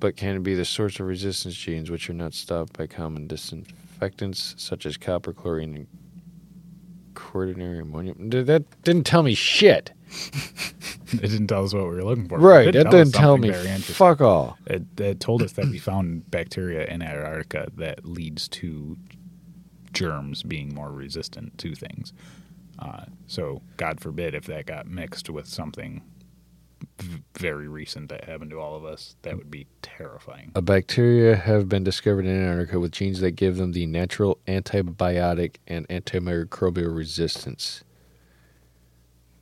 but can be the source of resistance genes, which are not stopped by common disinfectants such as copper, chlorine, and quaternary ammonium. Dude, That didn't tell me shit.
It didn't tell us what we were looking for. but it
Right,
did
that
us
didn't tell
something
me
very interesting.
fuck all.
It, it told us that we found bacteria in Antarctica that leads to germs being more resistant to things. Uh, so, God forbid if that got mixed with something v- very recent that happened to all of us, that would be terrifying.
A bacteria have been discovered in Antarctica with genes that give them the natural antibiotic and antimicrobial resistance.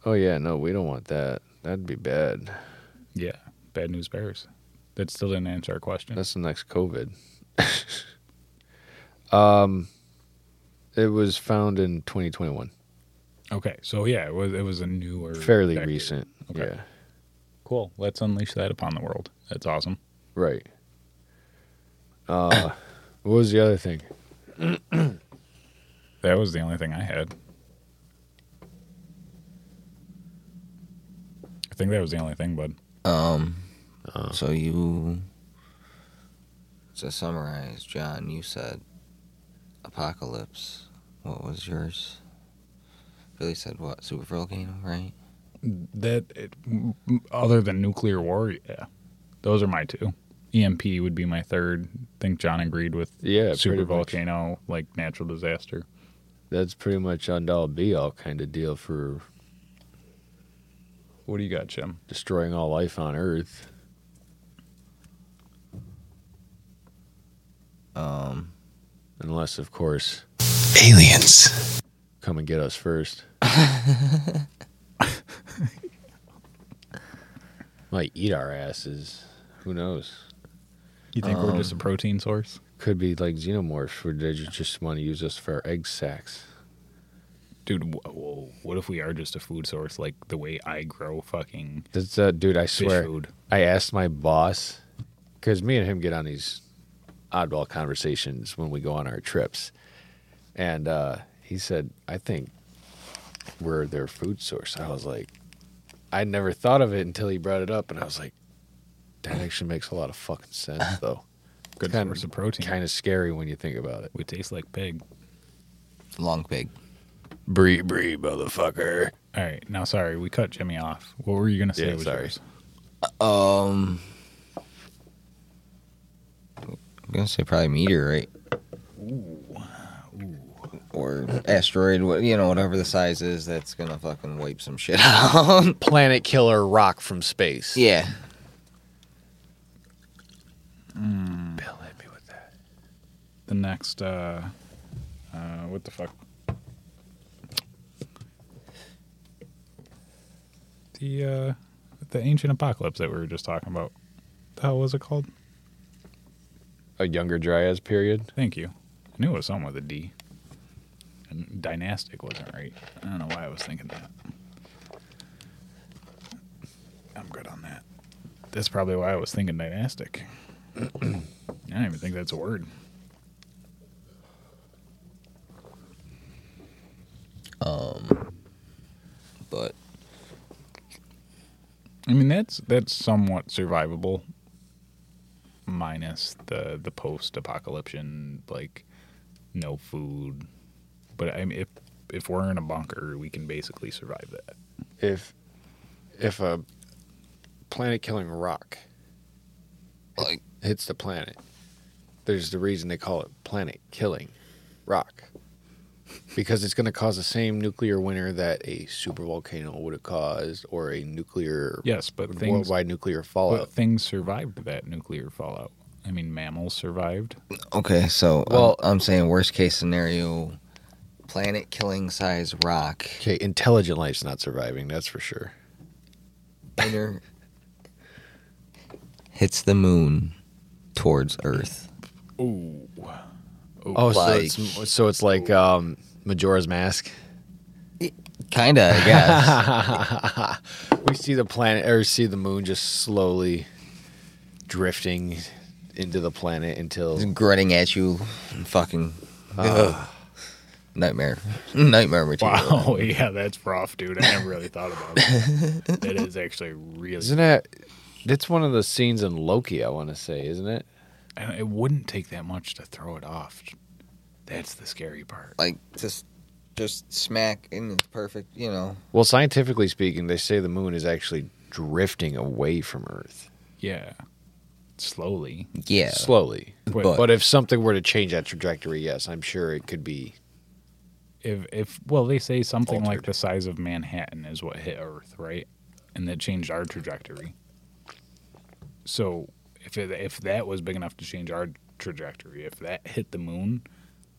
Oh yeah, no, we don't want that. That'd be bad.
Yeah, Bad news bears. That still didn't answer our question.
That's the next COVID. um, it was found in 2021.
okay, so yeah, it was it was a newer,
Fairly
decade.
recent.
Okay.
Yeah.
Cool. Let's unleash that upon the world. That's awesome.
Right. Uh, what was the other thing?
That was the only thing I had. I think that was the only thing, bud.
Um, so you to summarize, John, you said apocalypse. What was yours? Billy said what? Super volcano, right?
That it, m- m- other than nuclear war, yeah, those are my two. EMP would be my third. I think John agreed with
Yeah,
super
pretty much.
volcano, like natural disaster.
That's pretty much end all be all kind of deal for
What do you got, Jim?
destroying all life on Earth.
Um,
Unless, of course,
Aliens.
come and get us first. Might eat our asses. Who knows?
You think we're
Um,
just a protein source?
Could be like xenomorphs, where they ju- just want to use us for our egg sacs.
Dude, wh- whoa, what if we are just a food source, like the way I grow fucking
That's uh, dude. I
fish
swear.
food?
I asked my boss because me and him get on these oddball conversations when we go on our trips, and uh, he said, "I think we're their food source." I was like, I never thought of it until he brought it up, and I was like, that actually makes a lot of fucking sense, though.
Good
kinda-
source of protein.
Kind of scary when you think about it.
We taste like pig.
long pig.
Bree, bree, motherfucker.
All right, now sorry, we cut Jimmy off. What were you gonna say?
Yeah,
was
sorry.
yours?
Um, I'm gonna say probably meteorite. Or asteroid, wha- you know, whatever the size is, that's gonna fucking wipe some shit out.
Planet killer rock from space.
yeah,
Bill hit me with that.
The next, uh, uh, what the fuck? The uh, the ancient apocalypse that we were just talking about. The hell was it called?
A younger Dryas period.
Thank you. I knew it was something with a D. And dynastic wasn't right. I don't know why I was thinking that. I'm good on that. That's probably why I was thinking dynastic. I don't even think that's a word.
Um, but
I mean that's that's somewhat survivable, minus the the post apocalyptic like no food. But I mean, if if we're in a bunker, we can basically survive that.
if if a planet killing rock
like
hits the planet, there's the reason they call it planet killing rock. Because it's going to cause the same nuclear winter that a super volcano would have caused, or a nuclear
Yes, but things
worldwide nuclear
but
fallout.
things survived that nuclear fallout. I mean, mammals survived.
Okay, so well,
Well-
I'm, saying worst case scenario, planet killing size rock,
Okay, intelligent life's not surviving. That's for sure.
inner hits the moon towards Earth.
Ooh,
Oh,
Like-
so it's so it's like um, Majora's Mask.
Kinda, I guess.
we see the planet or see the moon just slowly drifting into the planet until
It's grunting at you, and fucking ugh. nightmare, nightmare material.
wow, yeah, that's rough, dude. I never really thought about that. that is actually really.
isn't that that's one of the scenes in Loki I want to say isn't it
And it wouldn't take that much to throw it off. That's the scary part.
Like just, just smack in the perfect, you know.
well scientifically speaking they say the moon is actually drifting away from earth
Yeah. Slowly.
Yeah,
slowly
But,
But-
but if something were to change that trajectory yes I'm sure it could be
if if well they say something like
Altered.
the size of Manhattan is what hit Earth, right? And that changed our trajectory. So if it, if that was big enough to change our trajectory, if that hit the moon,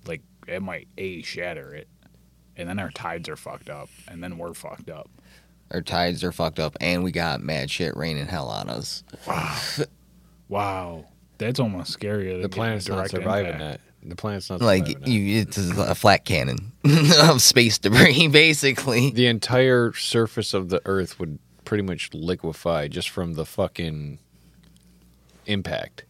like it might a shatter it, and then our tides are fucked up, and then we're fucked up.
Our tides are fucked up, and we got mad shit raining hell on us.
Wow, that's almost scarier. Than
The planet's
getting
not
direct
surviving
impact.
that. The planet's not surviving
Like e
that.
you, it's a flat cannon of space debris, basically.
the entire surface of the Earth would pretty much liquefy just from the fucking impact.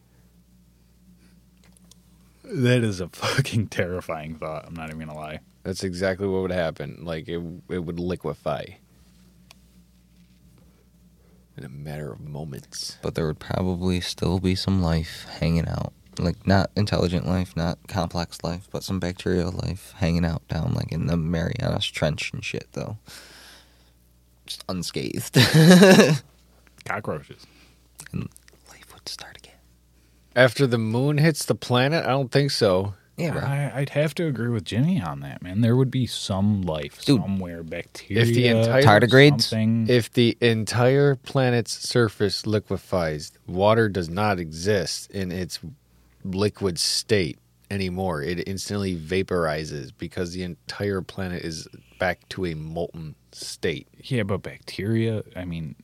That is a fucking terrifying thought. I'm not even gonna lie.
That's exactly what would happen. Like it, it would liquefy in a matter of moments.
But there would probably still be some life hanging out, like not intelligent life, not complex life, but some bacterial life hanging out down like in the Marianas Trench and shit, though. Just unscathed,
Cockroaches.
and life would start again.
After the moon hits the planet, I don't think so.
Yeah, bro.
I, I'd have to agree with Jimmy on that, man. There would be some life
Dude.
somewhere, bacteria,
entire-
Tardigrades?
something.
If the entire planet's surface liquefies, water does not exist in its liquid state anymore. It instantly vaporizes because the entire planet is back to a molten state.
yeah, but bacteria. I mean,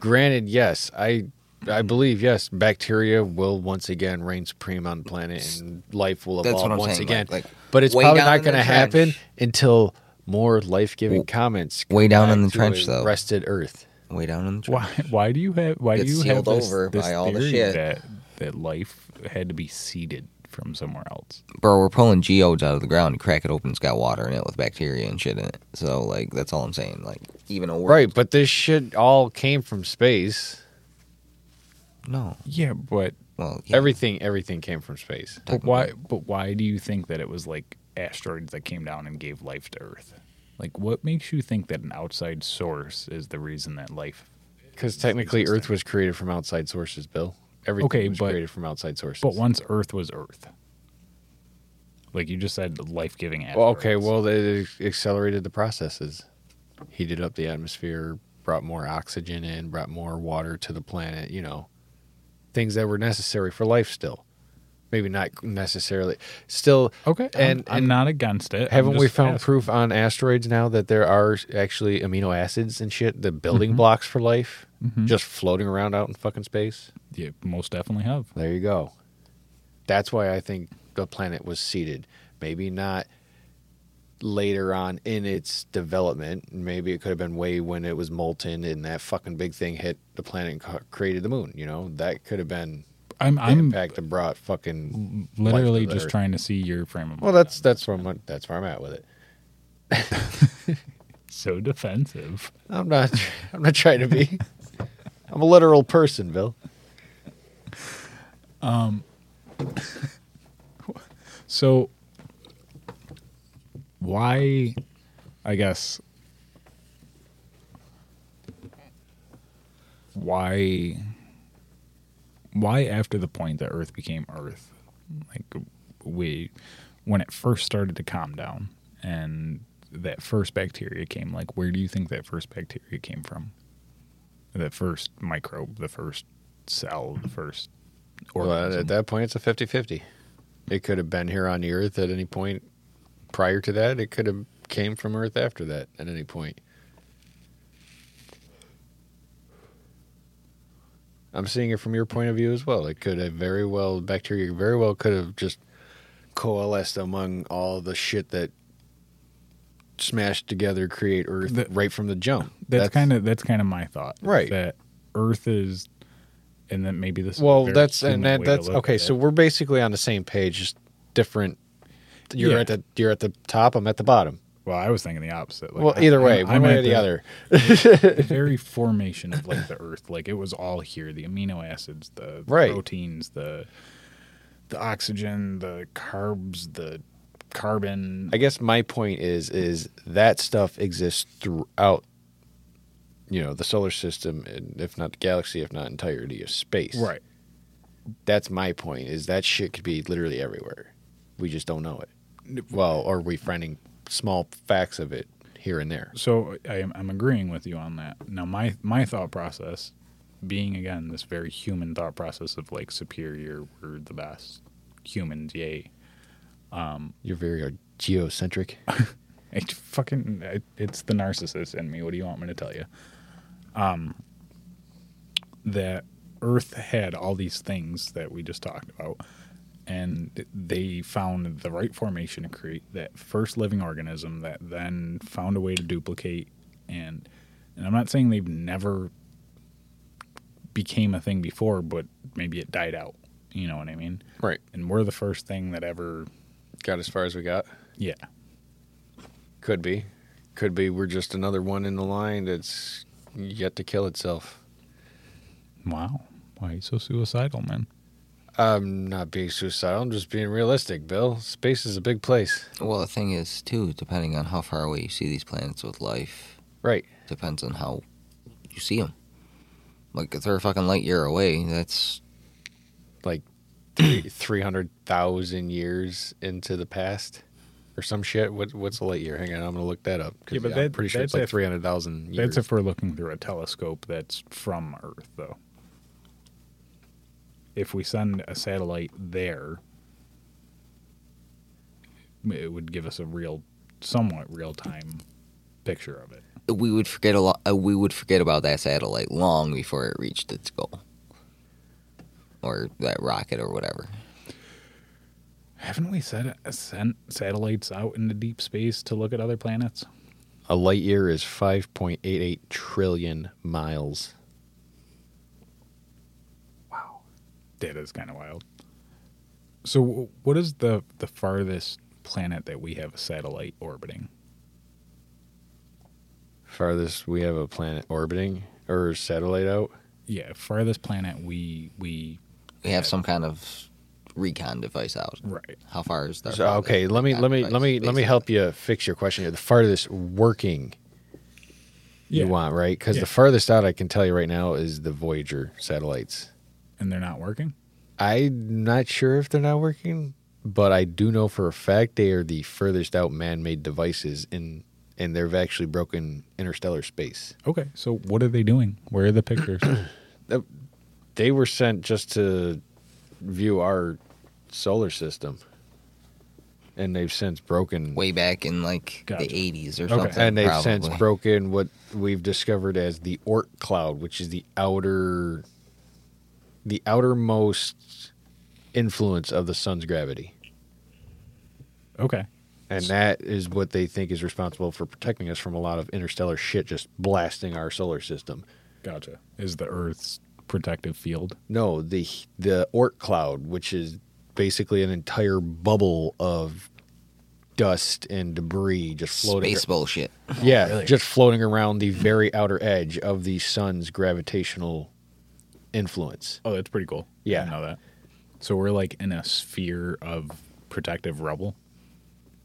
Granted, yes, I I believe yes, bacteria will once again reign supreme on the planet and life will
That's
evolve
what I'm
once
saying,
again.
like- like
but it's
way
probably
down
not
in the
going to happen
trench.
until more life-giving comments come
Way down
back
in the
to
trench,
a
though.
Rested Earth.
way down in the
why?
trench.
Why do you have? Why
It's
do you have
sealed
this,
over
this
by all the
theory
shit.
that that life had to be seeded from somewhere else?
bro, we're pulling geodes out of the ground. You crack it open, it's got water in it with bacteria and shit in it. So like, that's all I'm saying. Like, even a world,
Right, but this shit all came from space.
No,
Yeah, but
well, yeah.
Everything, everything came from space.
But why? But why do you think that it was like asteroids that came down and gave life to Earth? Like, what makes you think that an outside source is the reason that life?
Because technically, Earth was created from outside sources, Bill. Everything
Okay,
was
but-
created from outside sources.
But once Earth was Earth, like you just said, life-giving.
Well,
Asteroids.
okay, well, it accelerated the processes. Heated up the atmosphere, brought more oxygen in, brought more water to the planet, you know, things that were necessary for life still. Maybe not necessarily. Still,
okay,
and-
and I'm,
and
not against it. I'm
Haven't we
just
found
asking.
proof on asteroids now that there are actually amino acids and shit, the building
Mm-hmm.
blocks for life, just floating around out in fucking space?
Yeah, most definitely have.
There you go. That's why I think the planet was seeded. Maybe not later on in its development. Maybe it could have been way when it was molten and that fucking big thing hit the planet and ca- created the moon. You know, that could have been
I'm
the
I'm
impact that brought fucking life
literally
to the
just
Earth.
trying to see your frame of mind.
Well, that's that's where I'm that's where I'm at with it.
so defensive.
I'm not. I'm not trying to be. I'm a literal person, Bill.
So why I guess why why after the point that earth became earth like we when it first started to calm down and that first bacteria came like where do you think that first bacteria came from the first microbe the first cell the first
Well,
organism?
at that point, it's a 50 50. It could have been here on the Earth at any point prior to that. It could have came from Earth after that at any point. I'm seeing it from your point of view as well. It could have very well, bacteria very well could have just coalesced among all the shit that smashed together, create Earth
That-
right from the jump.
that's kind of that's kind of my thought is
Right.
that earth is and then maybe this is a
well
very
that's
human
and that,
way to
that's
look
okay
at
so
it.
we're basically on the same page just different you're
Yeah.
at the you're at the top i'm at the bottom
well i was thinking the opposite like,
well
I-
either
I'm-
way one
I'm
way
at
or the other
the very formation of like the earth like it was all here the amino acids the
Right.
proteins the the oxygen the carbs the carbon
i guess my point is is that stuff exists throughout you know the solar system and if not the galaxy if not entirety of space
right
that's my point is that shit could be literally everywhere we just don't know it well or we finding small facts of it here and there
so I am, I'm agreeing with you on that. Now, my my thought process, being again this very human thought process of like superior, we're the best humans, yay.
you're very uh, geocentric
It fucking it, it's the narcissist in me. What do you want me to tell you? Um, that Earth had all these things that we just talked about, and they found the right formation to create that first living organism that then found a way to duplicate and and I'm not saying they've never became a thing before, but maybe it died out. You know what I mean?
Right.
And we're the first thing that ever
Got as far as we got.
yeah.
Could be. Could be we're just another one in the line that's yet to kill itself.
Wow. Why are you so suicidal, man?
I'm not being suicidal, I'm just being realistic, Bill. Space is a big place.
Well, the thing is, too, depending on how far away you see these planets with life,
Right.
depends on how you see them. Like, if they're a fucking light year away, that's.
Like three- 300,000 years into the past or some shit. What, what's a light year? Hang on, I'm going to look that up. 'cause
Yeah, but
I'm
that-
pretty sure it's
that's
like
if-
300,000 years.
That's if we're looking through a telescope that's from Earth, though. If we send a satellite there, it would give us a real, somewhat real time picture of it.
We would forget a lot. Uh, we would forget about that satellite long before it reached its goal, or that rocket, or whatever.
Haven't we set, sent satellites out into deep space to look at other planets?
a light year is 5.88 trillion miles.
That is kind of wild. So, w- what is the the farthest planet that we have a satellite orbiting?
Farthest we have a planet orbiting or satellite out.
Yeah, farthest planet we we
We have some kind of recon device out.
right.
How far is that?
So, okay, let me let me let me let me help you fix your question here. The farthest working you want, right? Because
Yeah.
the farthest out I can tell you right now is the Voyager satellites.
and they're not working.
I'm not sure if they're not working, but I do know for a fact they are the furthest out man-made devices in, and they've actually broken interstellar space.
Okay, so what are they doing? Where are the pictures?
They were sent just to view our solar system, and they've since broken
Way back in like
Gotcha.
the eighties or
Okay.
something.
and they've
probably.
since broken what we've discovered as the Oort cloud, which is the outer, the outermost influence of the sun's gravity,
okay,
and that is what they think is responsible for protecting us from a lot of interstellar shit just blasting our solar system.
gotcha. Is the Earth's protective field?
No, the the Oort cloud, which is basically an entire bubble of dust and debris just floating
space bullshit.
Oh,
Yeah, just floating around the very outer edge of the sun's gravitational influence.
Oh, that's pretty cool.
Yeah.
I didn't know that. So we're like in a sphere of protective rubble.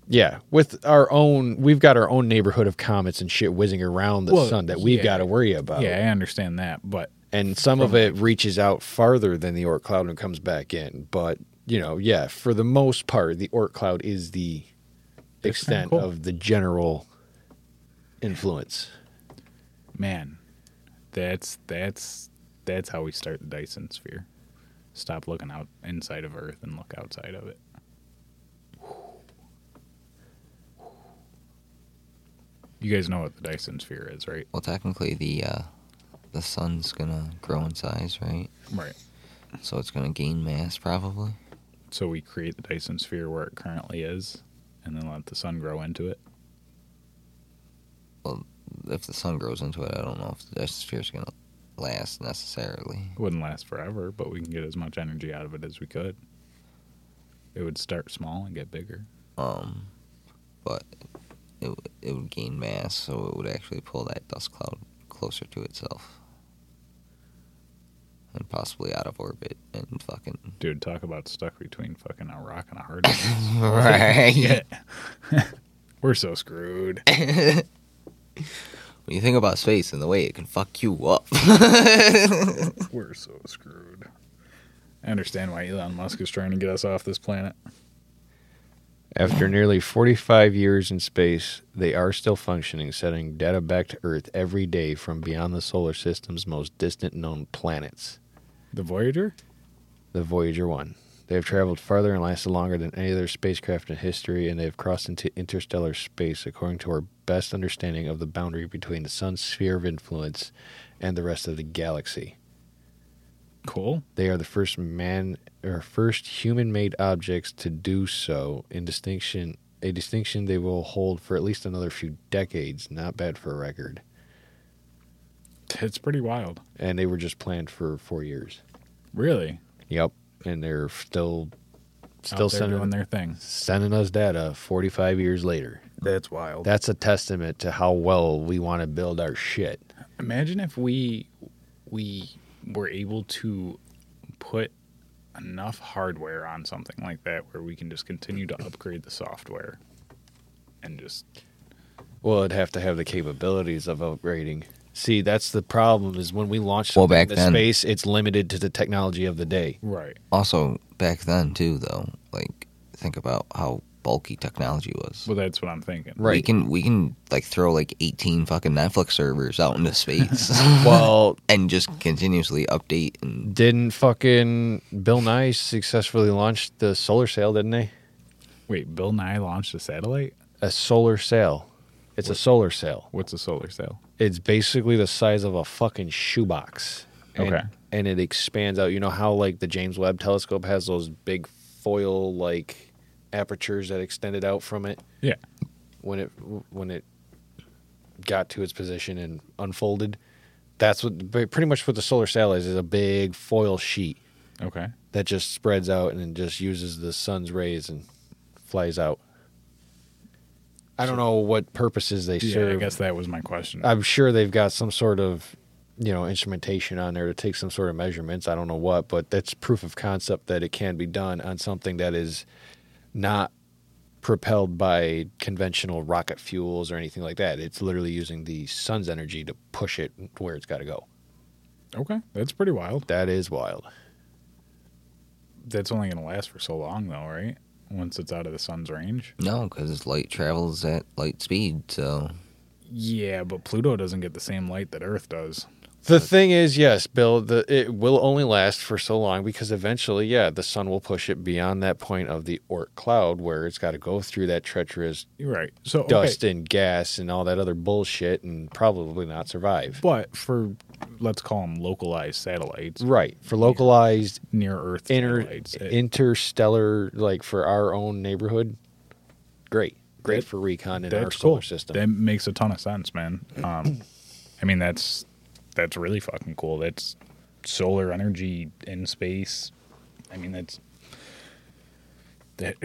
Yeah, with our own, we've got our own neighborhood of comets and shit whizzing around the
Well,
sun that we've
yeah.
got to worry about.
Yeah, I understand that, but
and some of it reaches out farther than the Oort cloud and comes back in. But you know, yeah, for the most part, the Oort cloud is the
That's kinda
extent
cool.
of the general influence.
man, that's that's that's how we start the Dyson sphere. Stop looking out inside of Earth and look outside of it. You guys know what the Dyson sphere is, right?
Well, technically the uh, the sun's gonna grow in size, right?
Right.
So it's gonna gain mass probably.
So we create the Dyson sphere where it currently is, and then let the sun grow into it.
If the sun grows into it, I don't know if the dust sphere's gonna last necessarily.
It wouldn't last forever, but we can get as much energy out of it as we could. It would start small and get bigger.
Um, but it w- it would gain mass, so it would actually pull that dust cloud closer to itself. And possibly out of orbit and fucking
Dude, talk about stuck between fucking a rock and a hard place.
right.
Yeah. We're so screwed.
When you think about space and the way it can fuck you up,
We're so screwed. I understand why Elon Musk is trying to get us off this planet.
After nearly 45 years in space, they are still functioning, sending data back to Earth every day from beyond the solar system's most distant known planets.
The Voyager?
The Voyager 1. They have traveled farther and lasted longer than any other spacecraft in history, and they have crossed into interstellar space according to our best understanding of the boundary between the sun's sphere of influence and the rest of the galaxy.
Cool.
They are the first man or first human-made objects to do so in distinction a distinction they will hold for at least another few decades. Not bad for a record.
It's pretty wild.
And they were just planned for 4 years.
Really.
Yep. And they're still
Out
still
there
sending
doing their thing.
sending us data 45 years later.
That's wild.
That's a testament to how well we want to build our shit.
Imagine if we we were able to put enough hardware on something like that where we can just continue to upgrade the software and just
Well, it'd have to have the capabilities of upgrading. See, that's the problem is when we launch
Well,
something
back
into
then-
space, it's limited to the technology of the day.
right
Also, back then too, though, like think about how bulky technology was.
well that's what i'm thinking
We can we can like throw like eighteen fucking Netflix servers out into space.
Well,
and just continuously update and
didn't fucking Bill Nye successfully launch the solar sail, didn't they?
wait bill nye launched a satellite
A solar sail. It's a solar sail.
what's a solar sail
it's basically the size of a fucking shoebox. And,
Okay.
And it expands out. You know how like the James Webb Telescope has those big foil like apertures that extended out from it
yeah
when it when it got to its position and unfolded. That's what ba- pretty much what the solar sail is is a big foil sheet
okay
that just spreads out and then just uses the sun's rays and flies out. I don't know what purposes they
yeah, i
serve.
guess that was my question
I'm sure they've got some sort of, you know, instrumentation on there to take some sort of measurements. I don't know what, but that's proof of concept that it can be done on something that is not propelled by conventional rocket fuels or anything like that. It's literally using the sun's energy to push it where it's got to go.
okay that's pretty wild
That is wild.
that's only going to last for so long though right once it's out of the sun's range
no, because light travels at light speed. So
yeah but pluto doesn't get the same light that earth does
The thing is, yes, Bill, the, it will only last for so long because eventually, yeah, the sun will push it beyond that point of the Oort cloud where it's got to go through that treacherous
you're right so okay.
dust and gas and all that other bullshit and probably not survive.
but for let's call them localized satellites
Right. For localized
near Earth
inter
satellites. eh. It-
interstellar like for our own neighborhood. Great. Great
That-
for recon in
that's
our solar
cool.
system.
That makes a ton of sense, man. Um, I mean, that's that's really fucking cool. That's solar energy in space. I mean, that's that.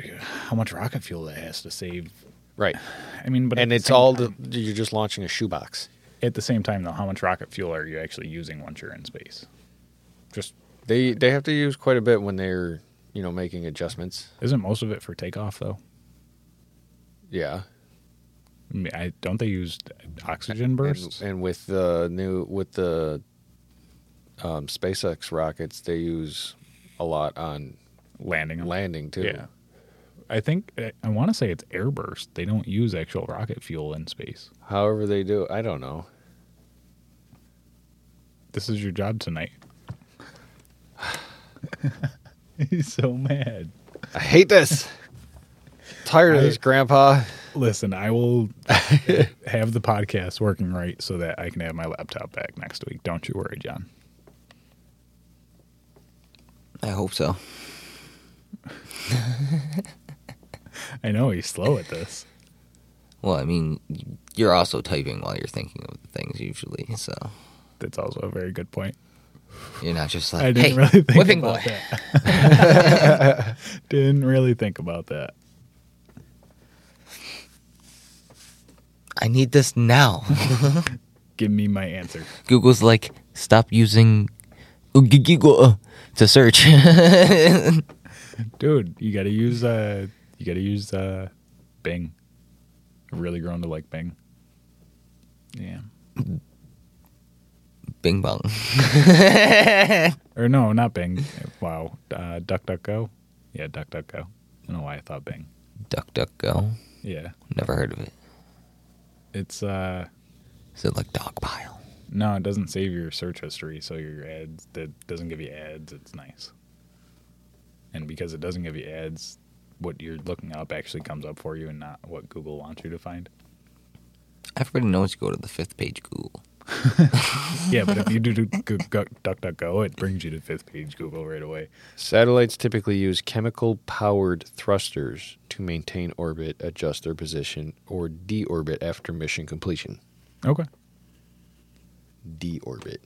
How much rocket fuel that has to save?
right.
I mean, but at
And
the
it's
same
all
time-
the, you're just launching a shoebox.
at the same time, though. How much rocket fuel are you actually using once you're in space? Just
They they have to use quite a bit when they're, you know, making adjustments.
isn't most of it for takeoff though.
Yeah.
I, mean, I don't they use oxygen
And,
bursts?
and with the new with the um, SpaceX rockets, they use a lot on
landing 'em?
landing too.
Yeah. I think I- I want to say it's airburst. They don't use actual rocket fuel in space.
However they do, I don't know.
This is your job tonight. He's so mad.
I hate this. Tired of this, Grandpa.
Listen, I will have the podcast working right so that I can have my laptop back next week. Don't you worry, John.
I hope so.
I know he's slow at this.
Well, I mean, you're also typing while you're thinking of the things usually, so
That's also a very good point.
you're not just
I
like, hey,
didn't really think
whipping boy.
about that. didn't really think about that.
I need this now.
Give me my answer.
Google's like, stop using G- Google uh, to search.
dude you gotta use uh you gotta use uh bing i've really grown to like bing yeah
Bing bong.
or no not bing wow uh duckduckgo yeah duckduckgo i don't know why i thought bing
Duck, duck, go.
yeah
Never heard of it.
it's uh
Is it like dog pile?
no it doesn't save your search history so your ads that doesn't give you ads it's nice and because it doesn't give you ads. What you're looking up actually comes up for you, and not what Google wants you to find.
Everybody knows you go to the fifth page Google.
Yeah, but if you do, do go, go, DuckDuckGo, it brings you to fifth page Google right away.
Satellites typically use chemical powered thrusters to maintain orbit, adjust their position, or deorbit after mission completion.
Okay,
Deorbit.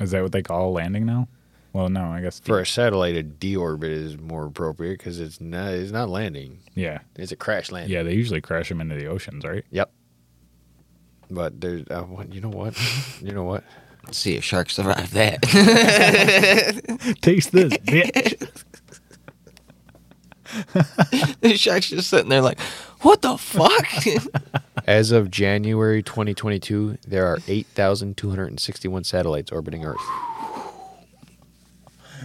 is that what they call a landing now? Well, no, I guess
For a satellite, a deorbit is more appropriate because it's not it's not landing.
Yeah,
It's a crash landing.
yeah, they usually crash them into the oceans, right?
Yep. But there's uh, what- you know what you know what
See if sharks survive that.
Taste this, bitch.
the sharks just sitting there like, what the fuck?
As of January 2022, there are 8,261 satellites orbiting Earth.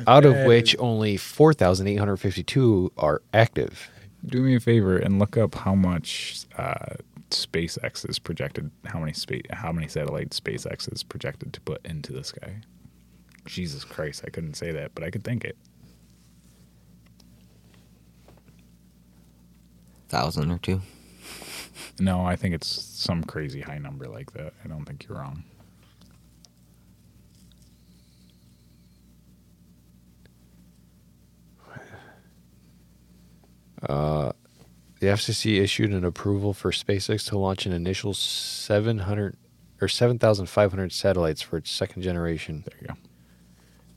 Out of which only 4,852 are active.
do me a favor and look up how much uh, SpaceX is projected, how many space, how many satellites SpaceX is projected to put into the sky. Jesus Christ, I couldn't say that, but I could think it.
Thousand or two.
No, I think it's some crazy high number like that. I don't think you're wrong.
The FCC issued an approval for SpaceX to launch an initial 700 or 7,500 satellites for its second generation
There you go.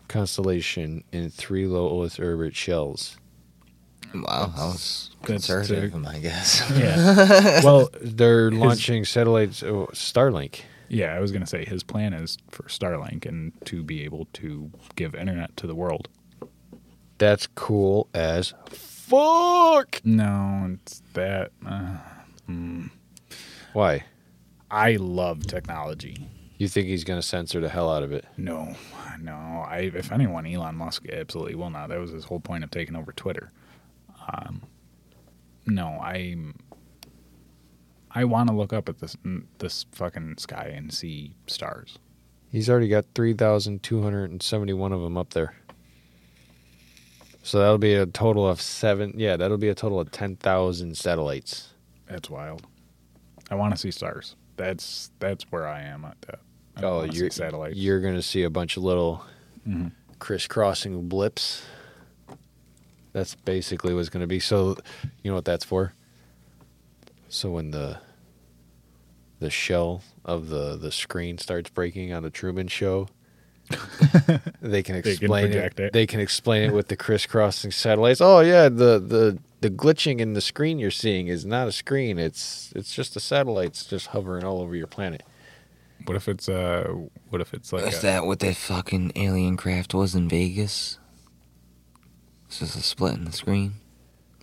constellation in three low Earth orbit shells.
Wow, that was
That's Oh
conservative,
too-
I guess.
Yeah. well,
They're launching satellites oh, Starlink.
yeah, I was going to say his plan is for Starlink and to be able to give internet to the world.
That's cool as fuck.
No, it's that. Uh,
Why?
I love technology.
You think he's going to censor the hell out of it?
No, no. I, if anyone, Elon Musk absolutely will not. That was his whole point of taking over Twitter. Um, no, I. I want to look up at this this fucking sky and see stars.
He's already got 3,271 of them up there. So that'll be a total of seven. Yeah, that'll be a total of 10,000 satellites.
That's wild. I want to see stars. That's that's where I am at that. I
Oh,
wanna see
you're,
satellites. Mm-hmm.
you're going to see a bunch of little crisscrossing blips. That's basically what's going to be. So, you know what that's for? So when the the shell of the the screen starts breaking on the Truman Show, they can
can
explain
project
it,
it.
They can explain it with the crisscrossing satellites. Oh yeah, the the the glitching in the screen you're seeing is not a screen. It's it's just the satellites just hovering all over your planet.
what if it's uh? What if it's like
Is
a,
that what that fucking alien craft was in Vegas? It's just a split in the screen,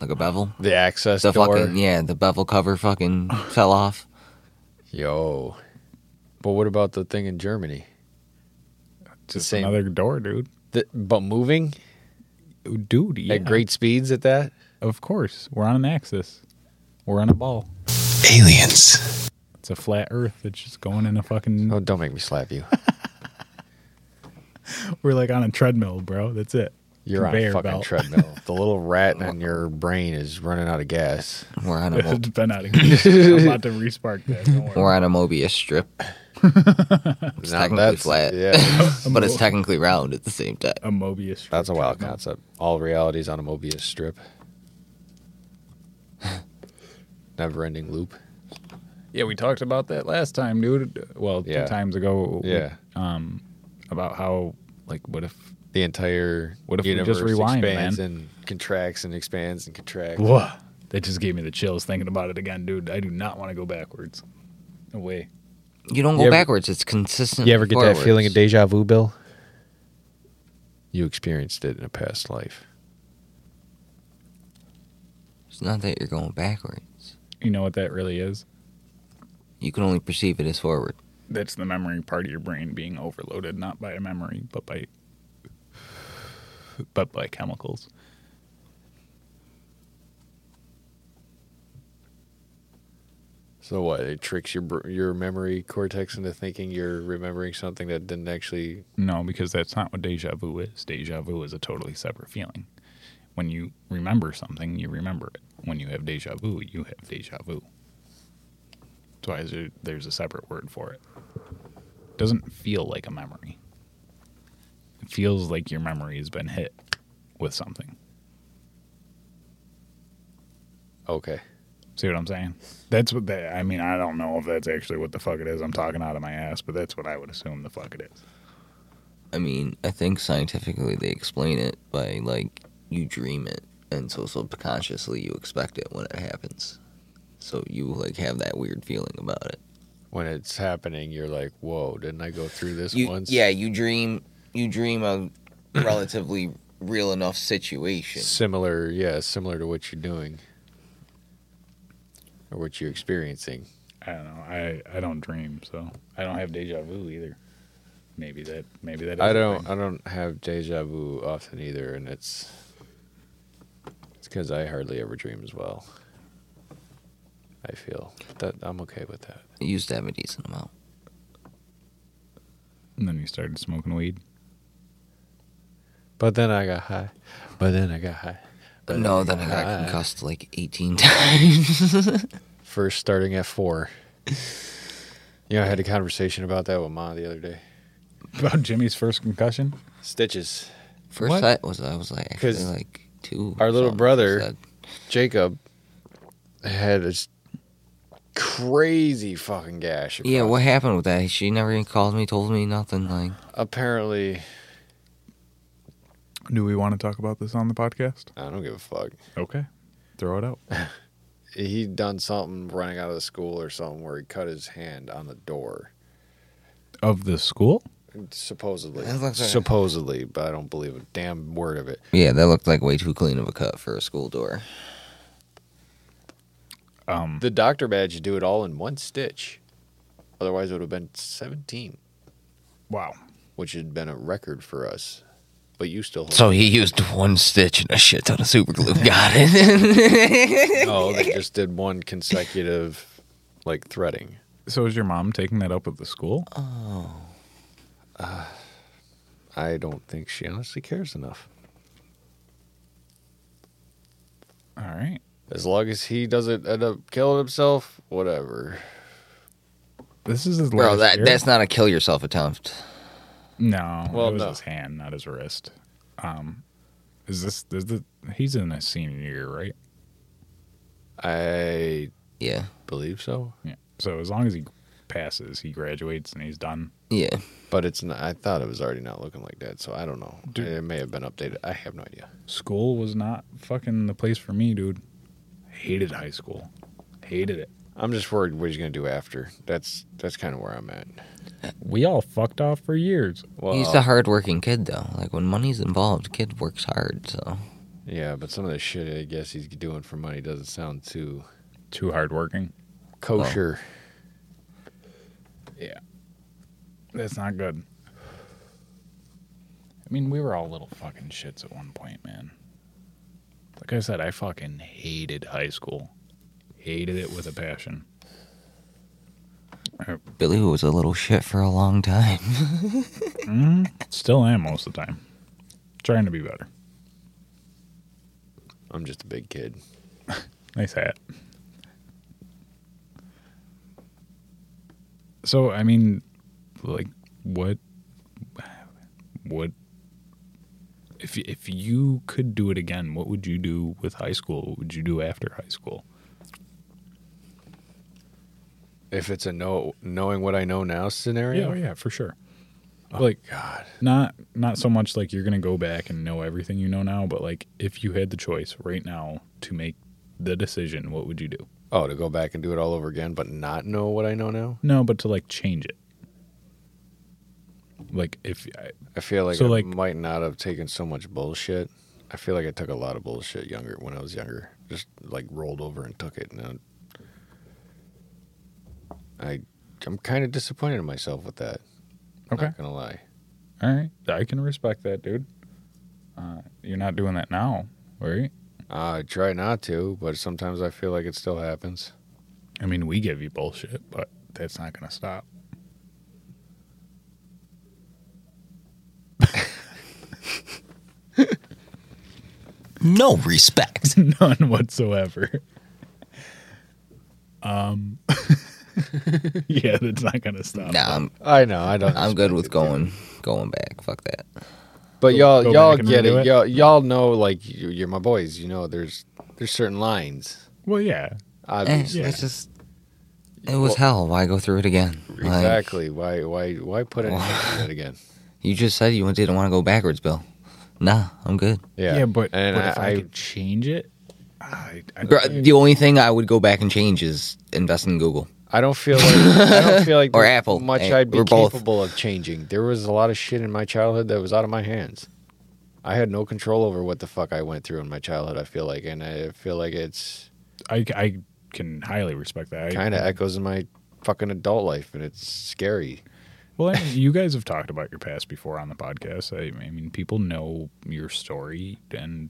like a bevel.
The access
The
door.
fucking yeah, the bevel cover fucking fell off.
Yo. But what about the thing in Germany?
just
same-
another door, dude?
The, but moving
Dude, yeah.
at great speeds at that?
Of course, we're on an axis. We're on a ball.
Aliens.
It's a flat Earth. It's just going in a fucking.
Oh, don't make me slap you.
We're like on a treadmill, bro. That's it.
You're on a
Conveyor
fucking
belt.
treadmill. The little rat in your brain is running out of gas.
We're on a
It's been out of gear. I'm about to respark that. Don't worry.
we're on a Mobius strip,
It's
technically flat.
Yeah.
but it's technically round at the same time.
A Mobius. strip
That's a wild
treadmill.
concept. All reality is on a Mobius strip. Never ending loop.
Yeah, we talked about that last time, dude. Well,
Yeah.
two times ago.
Yeah.
About how, like, what if?
The entire
What if we just
universe
rewind,
expands
man?
and contracts and expands and contracts.
Whoa, that just gave me the chills thinking about it again, dude. I do not want to go backwards. No way.
You don't go
You ever-
backwards. It's consistent.
You ever get that feeling of
forwards.
deja vu, Bill? You experienced it in a past life.
It's not that you're going backwards.
You know what that really is?
You can only perceive it as forward.
That's the memory part of your brain being overloaded, not by a memory, but by, but by chemicals.
So what? It tricks your br- your memory cortex into thinking you're remembering something that didn't actually.
No, because that's not what deja vu is. Deja vu is a totally separate feeling. when you remember something, you remember it. When you have deja vu, you have deja vu. That's why there- there's a separate word for it. Doesn't feel like a memory. It feels like your memory has been hit with something.
Okay.
See what I'm saying? That's what that. I mean, I don't know if that's actually what the fuck it is. I'm talking out of my ass, but that's what I would assume the fuck it is.
I mean, I think scientifically they explain it by like you dream it, and so subconsciously you expect it when it happens. So you like have that weird feeling about it.
When it's happening, you're like, "Whoa! Didn't I go through this
You,
once?"
yeah, you dream. You dream a relatively real enough situation.
Similar, yeah, similar to what you're doing or what you're experiencing.
I don't know. I I don't dream, so I don't have deja vu either. Maybe that. Maybe that. Is
I
a
don't.
thing.
I don't have deja vu often either, and it's it's because I hardly ever dream as well. I feel that I'm okay with that.
I used to have a decent amount.
And then you started smoking weed.
But then I got high. But then I got high.
But
But
no, then I got concussed like 18 times.
First starting at four. You know, I had a conversation about that with Ma the other day.
About Jimmy's first concussion.
Stitches.
First
What?
sight was I was like actually
'Cause
like two.
our
or
little
something.
brother-
Said,
Jacob had this crazy fucking gash.
yeah,
across-
what happened with that? She never even called me, told me nothing. Like,
Apparently,
Do we want to talk about this on the podcast?
I don't give a fuck.
Okay, throw it out.
he done something running out of the school or something where he cut his hand on the door.
Of the school?
Supposedly.
That looks like-
Supposedly, but I don't believe a damn word of it.
yeah, that looked like way too clean of a cut for a school door.
Um,
The doctor badge, you do it all in one stitch. Otherwise, it would have been 17,
wow.
which had been a record for us. But you still.
So he used one stitch and a shit ton of super glue. Got it.
no, they just did one consecutive, like, threading.
So is your mom taking that up with the school?
I don't think she honestly cares enough.
All right.
As long as he doesn't end up killing himself, whatever.
This is his
Bro,
last
that,
year?
that's not a kill yourself attempt.
No,
Well,
it was
no.
his hand, not his wrist. Um, is this is the he's in his senior year, right?
I
Yeah.
believe so.
Yeah. So as long as he passes, he graduates and he's done.
Yeah.
But it's not, I thought it was already not looking like that, so I don't know. It may have been updated. I have no idea.
School was not fucking the place for me, dude. Hated high school. Hated it.
I'm just worried what he's gonna do after. That's that's kind of where I'm at.
We all fucked off for years.
Well,
He's a hard-working kid, though. Like, when money's involved, kid works hard, so.
yeah, but some of the shit I guess he's doing for money doesn't sound too
Too hardworking.
kosher.
Yeah. That's not good. I mean, we were all little fucking shits at one point, man. Like I said, I fucking hated high school. Hated it with a passion. I
Billy was a little shit for a long time.
still am most of the time. Trying to be better.
I'm just a big kid.
Nice hat. So I mean, like, what, what, if if you could do it again, what would you do with high school? What would you do after high school?
If it's a no, knowing what I know now scenario,
oh, yeah, for sure. Oh, like,
God,
not not so much like you're gonna go back and know everything you know now, but like if you had the choice right now to make the decision, what would you do?
oh, to go back and do it all over again, but not know what I know now.
No, but to like change it. Like if
I feel like
So,
I
like-
might not have taken so much bullshit. I feel like I took a lot of bullshit younger when I was younger. Just like rolled over and took it. And I, I I'm kind of disappointed in myself with that.
okay,
Not gonna lie.
All right, I can respect that, dude. Uh, you're not doing that now, right?
I try not to, but sometimes I feel like it still happens.
I mean, we give you bullshit, but that's not gonna stop.
no respect.
None whatsoever. Um, yeah, that's not gonna stop.
nah, I'm,
I know. I don't.
I'm good with going going back. Fuck that.
But y'all,
go
y'all
back and
get
redo
it.
it?
Y'all, y'all know, like you- you're my boys. You know, there's there's certain lines.
Well, yeah,
Eh,
Obviously,
Yeah.
It's just it was hell. Why go through it again? Like,
exactly. Why, why, why put it in that again?
you just said you didn't want to go backwards, Bill. Nah, I'm good.
Yeah,
but,
and
but
I,
if I, could change it, I, I,
Bro, the only thing I would go back and change is invest in Google.
I, I don't feel like I don't feel like
Or
there's
Apple,
much.
eh,
I'd be
or both.
capable of changing. There was a lot of shit in my childhood that was out of my hands. I had no control over what the fuck I went through in my childhood. I feel like, and I feel like it's
I, I can highly respect that. I-
kind of echoes in my fucking adult life, and it's scary.
Well, I mean, you guys have talked about your past before on the podcast. I, I mean, people know your story, and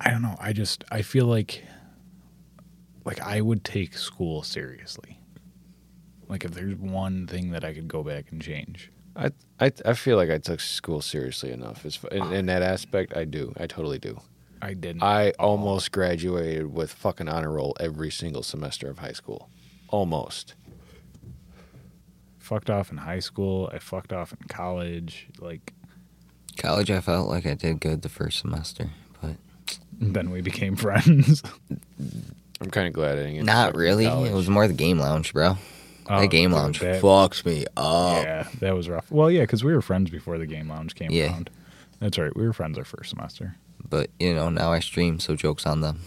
I don't know. I just I feel like like I would take school seriously. Like if there's one thing that I could go back and change,
I I I feel like I took school seriously enough. As f- in, in that aspect, I do. I totally do.
I didn't.
I almost graduated with fucking honor roll every single semester of high school. Almost.
fucked off in high school. I fucked off in college. Like
College, I felt like I did good the first semester, but
then we became friends.
I'm kind of glad I didn't. Get
not
fucking
really.
college.
It was more the game lounge, bro.
Oh,
that game
dude,
lounge
that-
fucked me up.
Yeah, that was rough. Well, yeah, because we were friends before the game lounge came
Yeah.
around. That's right. We were friends our first semester.
But you know, now I stream, so jokes on them.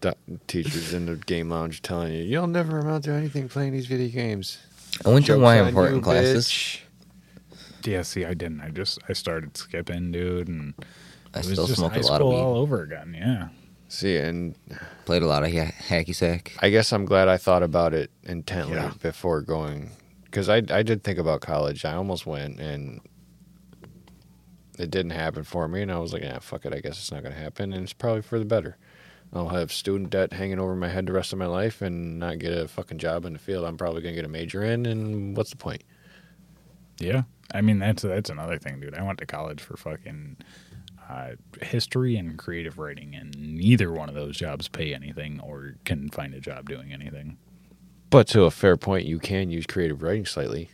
Du- teachers in the game lounge telling you you'll never amount to anything playing these video games.
I went to
Jokes
my
on
important
you,
classes.
bitch.
Yeah, see, I didn't. I just I started skipping, dude, and
I
it was
still
just
smoked
high
a lot of
school
weed.
all over again. Yeah,
See, and
Played a lot of ha- hacky sack.
I guess I'm glad I thought about it intently
Yeah.
before going because I I did think about college. I almost went and it didn't happen for me, and I was like, ah, fuck it. I guess it's not going to happen, and it's probably for the better. I'll have student debt hanging over my head the rest of my life and not get a fucking job in the field I'm probably going to get a major in, and what's the point?
yeah. I mean, that's that's another thing, dude. I went to college for fucking uh, history and creative writing, and neither one of those jobs pay anything or can find a job doing anything.
But to a fair point, you can use creative writing slightly.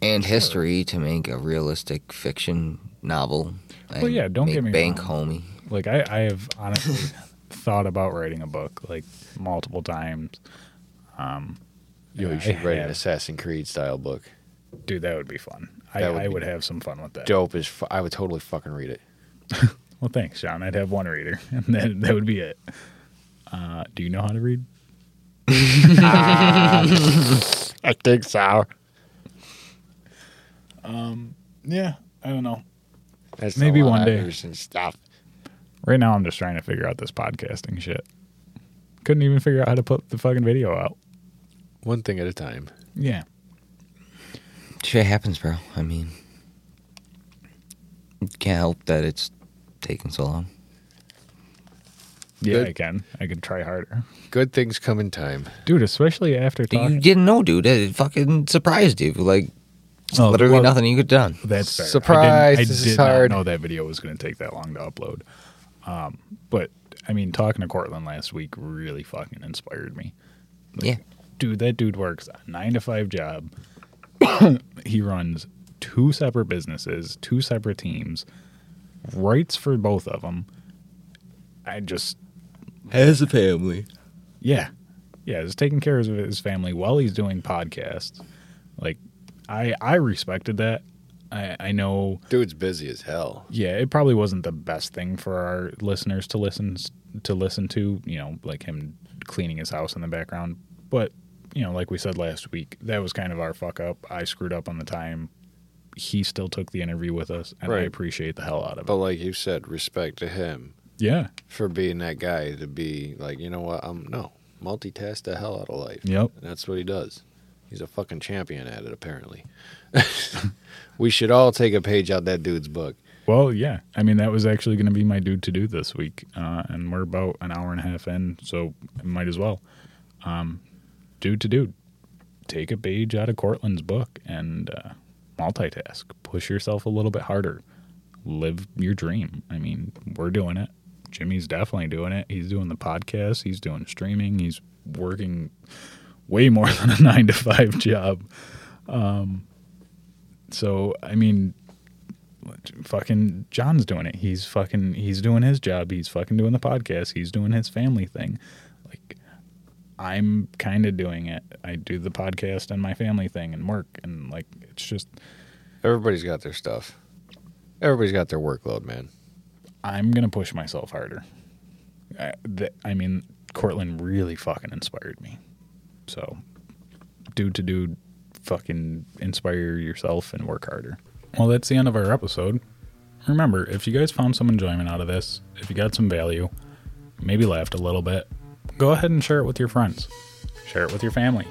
and history to make a realistic fiction novel.
Well,
and
yeah, don't
make
get me
bank
wrong.
homie.
Like I, I have honestly thought about writing a book like multiple times.
You, know,
Yeah,
you should
I
write an
have.
Assassin's Creed style book.
Dude, that would be fun. I
That
would,
would
I
be
would have some fun with that.
Dope as fu- I would totally fucking read it.
Well, thanks, Sean. I'd have one reader, and then that would be it. Uh, do you know how to read?
I think so.
Yeah, I don't know.
That's
Maybe
a lot
one
of
day.
letters And stuff.
Right now, I'm just trying to figure out this podcasting shit. Couldn't even figure out how to put the fucking video out.
One thing at a time.
Yeah.
Shit happens, bro. I mean, can't help that it's taking so long.
Yeah,
Good.
I can. I could try harder.
Good things come in time.
Dude, especially after
Dude, You
talking.
didn't know, dude. It fucking surprised you. Like,
Oh,
literally
well,
nothing you could done.
That's fair. I didn't-
Surprise,
I,
this is
did
hard.
not know that video was going to take that long to upload. Um, but, I mean, talking to Cortland last week really fucking inspired me.
Yeah.
dude, that dude works a nine to five job. he runs two separate businesses, two separate teams, writes for both of them. I just,
Has a family.
yeah, yeah, is taking care of his family while he's doing podcasts. Like, I I respected that. I I know,
Dude's busy as hell.
yeah, it probably wasn't the best thing for our listeners to listen to listen to. You know, like him cleaning his house in the background, but you know, like we said last week, that was kind of our fuck up. I screwed up on the time. He still took the interview with us, and I
Right. Oh.
appreciate the hell out of
But
it.
like you said, respect to him
Yeah.
for being that guy to be like, you know what? I'm no multitask the hell out of life.
Yep.
And that's what he does. He's a fucking champion at it, apparently. we should all take a page out that dude's book.
Well, yeah. I mean, that was actually going to be my dude to do this week, uh, and we're about an hour and a half in, so might as well. Um, dude to dude, take a page out of Cortland's book and uh, multitask, push yourself a little bit harder, live your dream. I mean, we're doing it. Jimmy's definitely doing it. He's doing the podcast, he's doing streaming, he's working way more than a nine to five job. Um, so, I mean, fucking John's doing it. He's fucking he's doing his job. He's fucking doing the podcast. He's doing his family thing. Like I'm kind of doing it. I do the podcast and my family thing and work and like it's just
Everybody's got their stuff. Everybody's got their workload, man.
I'm gonna push myself harder. I, th- I mean, Cortland really fucking inspired me. So, dude to dude, fucking inspire yourself and work harder. Well, that's the end of our episode. Remember, if you guys found some enjoyment out of this, if you got some value, maybe laughed a little bit, go ahead and share it with your friends. Share it with your family.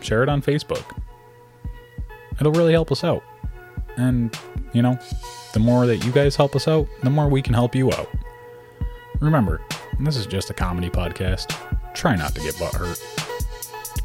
Share it on Facebook. It'll really help us out. And, you know, the more that you guys help us out, the more we can help you out. Remember, this is just a comedy podcast. Try not to get butt hurt.